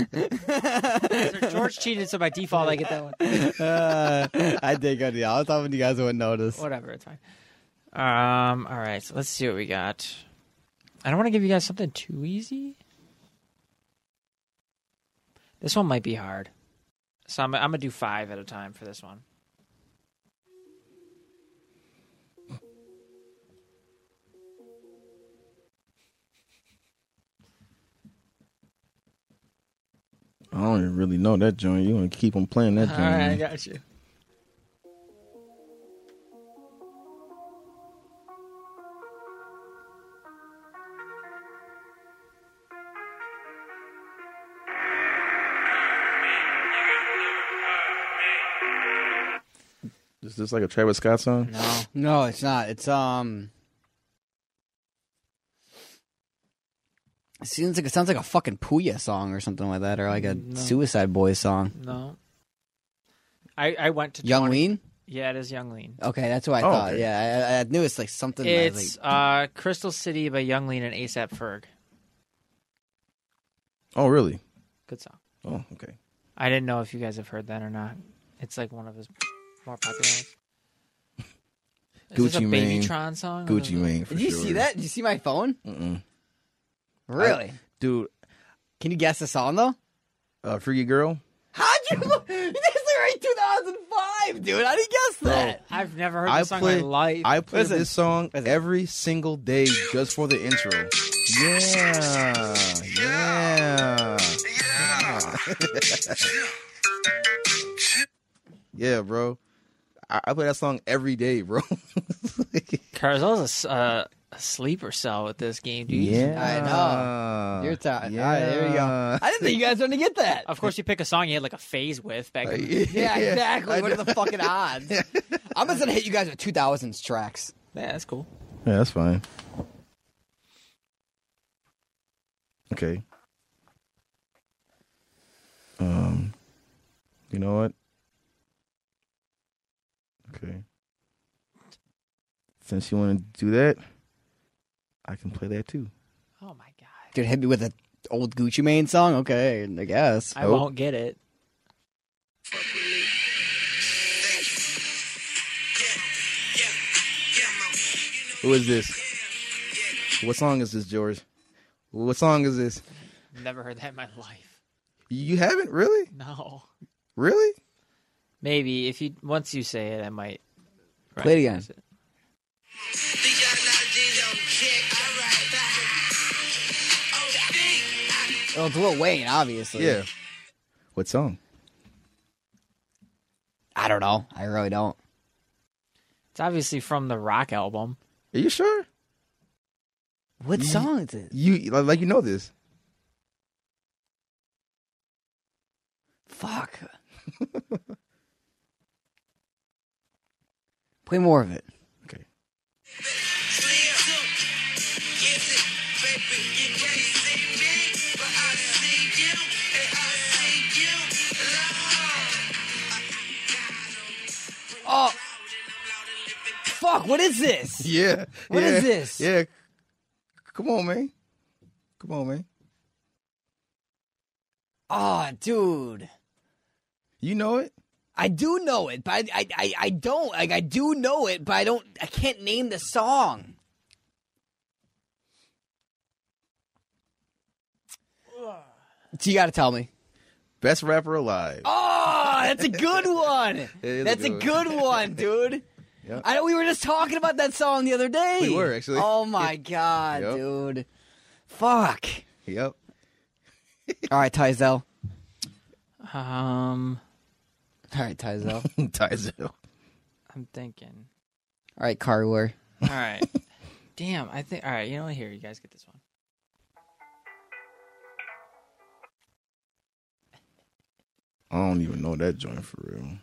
S3: Sir George cheated, so by default I get that one.
S2: uh, I did go to the. I was hoping you guys wouldn't notice.
S3: Whatever, it's fine. Um, all right, so let's see what we got. I don't want to give you guys something too easy. This one might be hard, so I'm, I'm gonna do five at a time for this one.
S1: I don't even really know that joint. You gonna keep on playing that
S3: All
S1: joint?
S3: right, I got you.
S1: Is this like a Travis Scott song?
S3: No,
S2: No, it's not. It's um. It seems like it sounds like a fucking Puya song or something like that, or like a
S3: No.
S2: Suicide Boys song.
S3: no. I I went to
S2: Young
S3: 20
S2: Lean.
S3: Yeah, it is Young Lean.
S2: Okay, that's what I
S1: Oh,
S2: thought.
S1: okay.
S2: Yeah, I- I, I knew it's like something. I was
S3: It's uh Crystal City by Young Lean and ASAP Ferg.
S1: Oh really?
S3: Good song.
S1: Oh okay.
S3: I didn't know if you guys have heard that or not. It's like one of his more popular. ones. Is this a
S1: Gucci Mane.
S3: Babytron song?
S1: Gucci Mane.
S2: like, Did you see that? Did you see my phone?
S1: Mm-mm.
S2: Really?
S1: dude.
S2: Can you guess the song though?
S1: Uh, Freaky Girl.
S2: How'd you? That's right, 2005, dude. How would you guess that?
S3: I've never heard
S1: I
S3: this song
S1: play.
S3: in my life.
S1: I play
S3: Listen,
S1: this song every single day just for the intro. Yeah, yeah, yeah, bro. I, I play that song every day, bro.
S3: Carzo's a, uh, a sleeper cell with this game, dude.
S2: I know. Your time. All right, there you go.
S1: Yeah.
S2: I didn't think you guys were gonna get that.
S3: Of course, you pick a song you had like a phase with
S1: Uh,
S3: back. in the-
S2: Yeah, exactly.
S1: I
S2: what are the fucking odds? I'm just gonna hit you guys with 2000s tracks.
S3: yeah, that's cool.
S1: Yeah, that's fine. Okay. Um, you know what? Okay. Since you want to do that, I can play that too.
S3: Oh my god,
S2: Dude, hit me with an old Gucci Mane song. Okay, I guess.
S3: I
S1: Oh.
S3: won't get it.
S1: Who is this? What song is this, George? What song is this?
S3: Never heard that in my life.
S1: You haven't really,
S3: No,
S1: really?
S3: maybe if you once you say it, I might.
S2: Play it again.
S3: recognize
S5: Oh,
S2: Well, it's Lil Wayne, obviously.
S1: Yeah. What song?
S2: I don't know. I really don't.
S3: It's obviously from the rock album.
S1: Are you sure?
S2: What song is it?
S1: You like like you know this?
S2: Fuck. Play more of it.
S1: Okay.
S2: Oh. Fuck, what is this?
S1: Yeah.
S2: What
S1: What
S2: is
S1: is
S2: this?
S1: Yeah. Come on, man. Come on, man.
S2: Oh, dude.
S1: You know it.
S2: I do know it, but I, I, I, I don't. Like, I do know it, but I don't. I can't name the song. So you got to tell me.
S1: Best rapper alive.
S2: Oh, that's a good one.
S1: is a
S2: that's a
S1: good
S2: good one, dude.
S1: Yep.
S2: I know we were just talking about that song the other day.
S1: We were, actually.
S2: Oh my god,
S1: Yep.
S2: dude. Fuck.
S1: Yep.
S2: All right, Tyzel.
S3: Um,
S2: All right, Tyzel. All
S1: Tyzel.
S3: I'm thinking.
S2: right, Carwar.
S3: All right, damn. I think. All right, you know what? Here, you guys get this one.
S1: I don't even know that joint for real.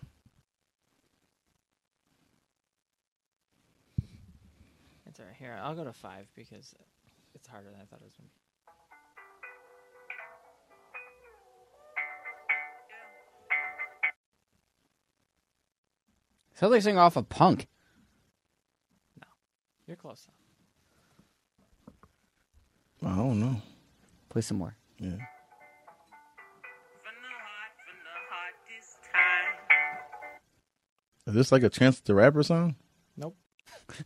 S3: It's all right. Here, I'll go to five because it's harder than I thought it was going to be.
S2: Sounds like something off of Punk.
S3: You're close. Though.
S1: I don't know.
S2: Play some more.
S1: Yeah. Is this like a Chance the Rapper song?
S3: Nope.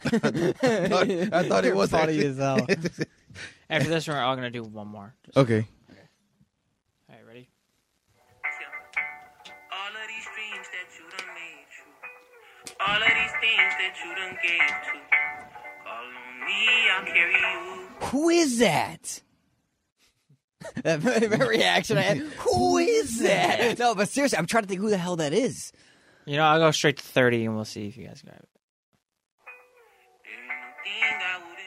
S1: I thought, I thought it was funny as hell.
S3: After this, we're all going to do one more. Just-
S1: okay.
S3: all right, ready?
S7: All of these dreams that you done made true. All of these things that you done gave to. Call on me, I'll carry you.
S2: Who is that? that reaction I had. Who is that? No, but seriously, I'm trying to think who the hell that is.
S3: You know, I'll go straight to 30 and we'll see if you guys grab it.
S7: There ain't no thing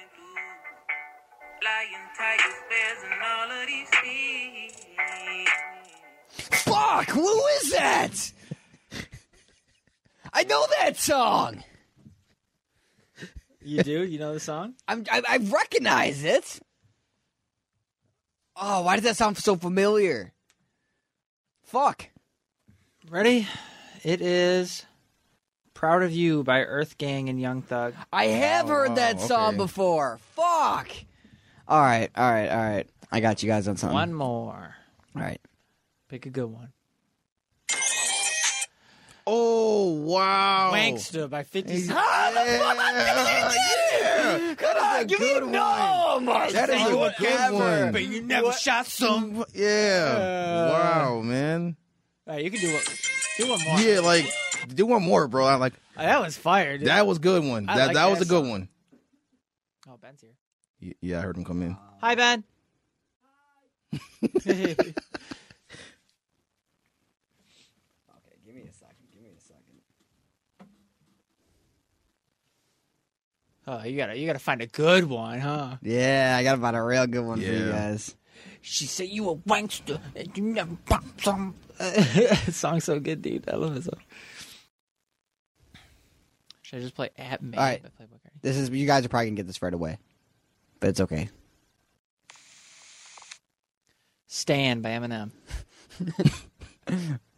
S7: I wouldn't do. Lion, tigers, bears, and all of these things.
S2: Fuck! Who is that? I know that song.
S3: You do? You know the song?
S2: I'm, I, I recognize it. Oh, why does that sound so familiar? Fuck.
S3: Ready? It is Proud of You by Earth Gang and Young Thug.
S2: I have heard
S1: wow,
S2: that song
S1: okay.
S2: before. Fuck. All right, all right, all right. I got you guys on something.
S3: One more.
S2: All right.
S3: Pick a good one.
S1: Oh wow.
S3: Oh. Wankster by 50 Cent.
S1: Yeah.
S2: Come on, give me no more.
S1: That is a good
S2: whatever.
S1: one.
S3: you never shot some.
S2: Uh.
S1: Yeah. wow, man.
S3: All right, you can do one. Do one more.
S1: Yeah, like do one more, bro. I like
S3: Oh, that was fire. Dude.
S1: that was a good one.
S3: I
S1: That
S3: like
S1: that was
S3: that
S1: a good
S3: song.
S1: one.
S3: Oh, Ben's here.
S1: Y- Yeah, I heard him come in.
S3: Hi, Ben.
S2: Okay, give me a second. Give me a second.
S3: oh, you gotta you gotta find a good one, huh?
S2: Yeah, I got about a real good one for you
S1: Yeah.
S2: guys.
S3: She said you a wankster and you never pop some. Song's so good, dude. I love it so. Should I just play At Me?
S2: All right.
S3: by Playboi Carti?
S2: This is you guys are probably gonna get this right away, but it's okay.
S3: Stand by Eminem.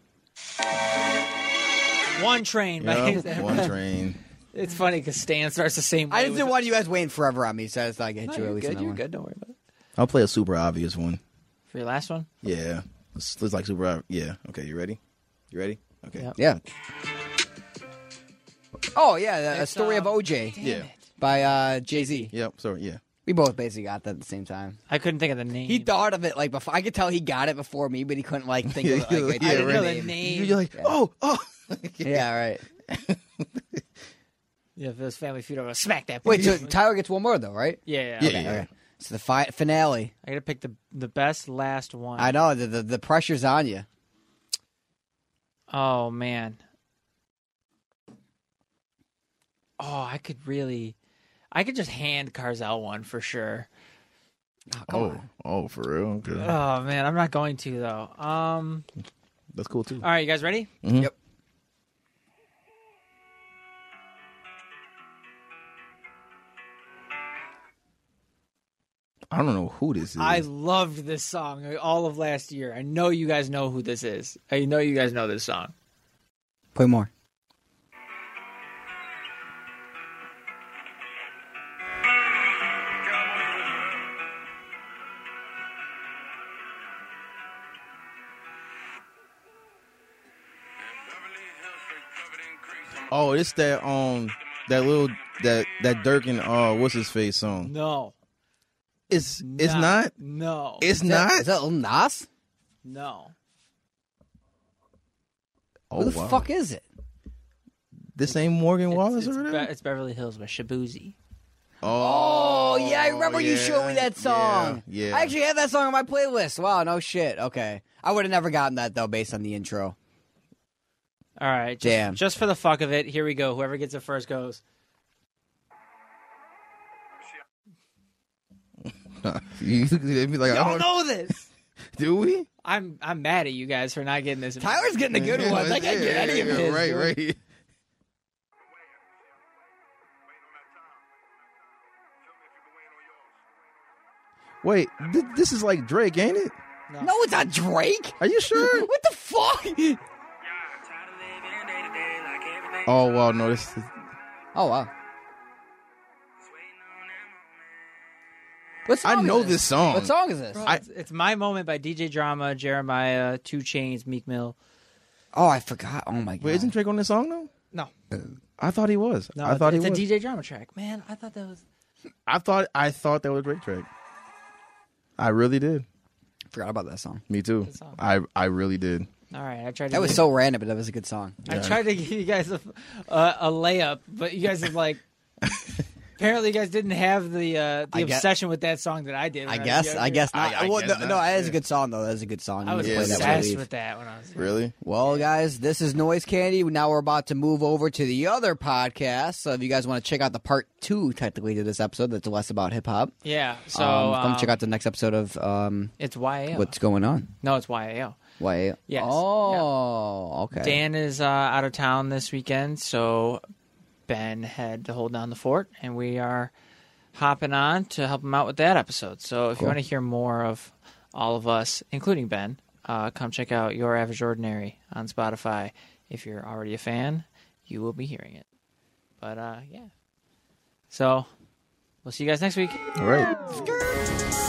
S3: One Train by
S1: Yep, one train.
S3: It's funny because Stan starts the same way.
S2: I just
S3: with-
S2: didn't want you guys waiting forever on me, so I just thought I'd get you
S3: No,
S2: at
S3: you're
S2: least
S3: good.
S2: another
S3: You're
S2: one.
S3: good. Don't worry about it.
S1: I'll play a super obvious one.
S3: For your last one,
S1: Yeah, it's, it's like super. ob- Yeah. Okay, you ready? You ready? Okay.
S2: Yeah.
S3: Yeah.
S2: Oh yeah, a
S3: It's,
S2: story of
S3: um,
S2: OJ
S1: Yeah.
S2: by uh, Jay Z.
S1: Yep. Sorry. Yeah.
S2: We both basically got that at the same time.
S3: I couldn't think of the name.
S2: He thought of it like before. I could tell he got it before me, but he couldn't like think of it. Like,
S1: Yeah,
S3: I
S2: yeah,
S3: didn't know
S2: right.
S3: the name.
S1: You're like, oh, oh.
S2: yeah, right.
S3: yeah, if it was Family Feud, I would smack that.
S2: Wait, so
S3: bitch.
S2: Tyler gets one more though, right?
S3: yeah, yeah,
S1: Yeah,
S3: okay.
S1: yeah.
S2: Okay. So the fi- finale.
S3: I gotta pick the the best last one.
S2: I know the, the the pressure's on you.
S3: Oh man. Oh, I could really, I could just hand Carzel one for sure.
S1: Oh, oh, for real? Okay.
S3: Oh man, I'm not going to though. Um.
S1: That's cool too.
S3: All right, you guys ready?
S2: Yep.
S1: I don't know who this is.
S3: I loved this song all of last year. I know you guys know who this is. I know you guys know this song.
S2: Play more.
S1: oh, it's that um that little that that Dirk and uh what's his face song.
S3: No,
S1: It's it's not.
S3: No,
S1: It's
S2: Is that-
S1: not.
S2: is that Lil Nas?
S3: no.
S1: oh,
S2: Who the
S1: wow.
S2: fuck is it?
S1: This ain't Morgan Wallace
S3: it's, it's
S1: or
S3: Be-
S1: whatever.
S3: it's Beverly Hills by Shabuzi.
S2: Oh yeah, I remember you showed me
S1: yeah,
S2: that song.
S1: yeah, yeah.
S2: I actually have that song on my playlist. Wow, no shit. Okay, I would have never gotten that though based on the intro.
S3: All right, just,
S2: Damn.
S3: Just for the fuck of it, here we go. Whoever gets it first goes.
S1: you look at me like, oh, I don't
S3: Y'all
S1: know.
S3: know this.
S1: Do we?
S3: I'm I'm mad at you guys for not getting this.
S2: Tyler's getting a good
S1: Yeah,
S2: one. Like I
S1: yeah,
S2: get any of
S1: yeah,
S2: his.
S1: Right, right. Wait, th- this is like Drake, ain't it?
S2: No, it's not Drake.
S1: Are you sure?
S2: What the fuck?
S1: oh wow, no, this.
S2: Oh wow. What
S1: I
S2: song is
S1: know this song.
S2: What song is this?
S3: it's, it's my moment by DJ Drama, Jeremiah, Two Chains, Meek Mill.
S2: oh, I forgot. Oh my god.
S1: Wait, isn't Drake on this song though?
S3: No,
S1: I thought he was.
S3: no,
S1: I thought he
S3: it's,
S1: was.
S3: it's a DJ Drama track. Man, I thought that was.
S1: I thought I thought that was Drake track. I really did.
S2: I forgot about that song.
S1: Me too.
S3: song.
S1: I I really did.
S3: All right, I tried. To
S2: That was
S3: give-
S2: so random, but that was a good song.
S3: I tried to give you guys a, a, a layup, but you guys have like. apparently, you guys didn't have the uh, the
S2: I guess-
S3: obsession with that song that I did.
S2: I
S3: when
S2: guess.
S3: was
S2: I
S3: younger.
S2: guess not.
S1: I- I
S2: well,
S1: guess
S2: no,
S1: not,
S2: no, that is a
S1: yeah.
S2: good song though. That is a good song.
S3: I
S2: You
S3: was
S2: need to
S1: Yeah,
S2: play that when we
S3: obsessed
S2: leave.
S3: with that when I was.
S1: Really?
S2: Well, guys, this is Noise Candy. Now we're about to move over to the other podcast. So if you guys want to check out the part two, technically, to this episode that's less about hip hop,
S3: Yeah. So
S2: um, come
S3: um,
S2: check out the next episode of um,
S3: It's YAO.
S2: What's Going On.
S3: No, it's YAO.
S2: Why?
S3: Yes.
S2: Oh, okay.
S3: Dan is uh, out of town this weekend, so Ben had to hold down the fort, and we are hopping on to help him out with that episode. So if you want to hear more of all of us, including Ben, uh, come check out Your Average Ordinary on Spotify. If you're already a fan, you will be hearing it. But uh, yeah. So we'll see you guys next week.
S1: All right.
S5: Skirt.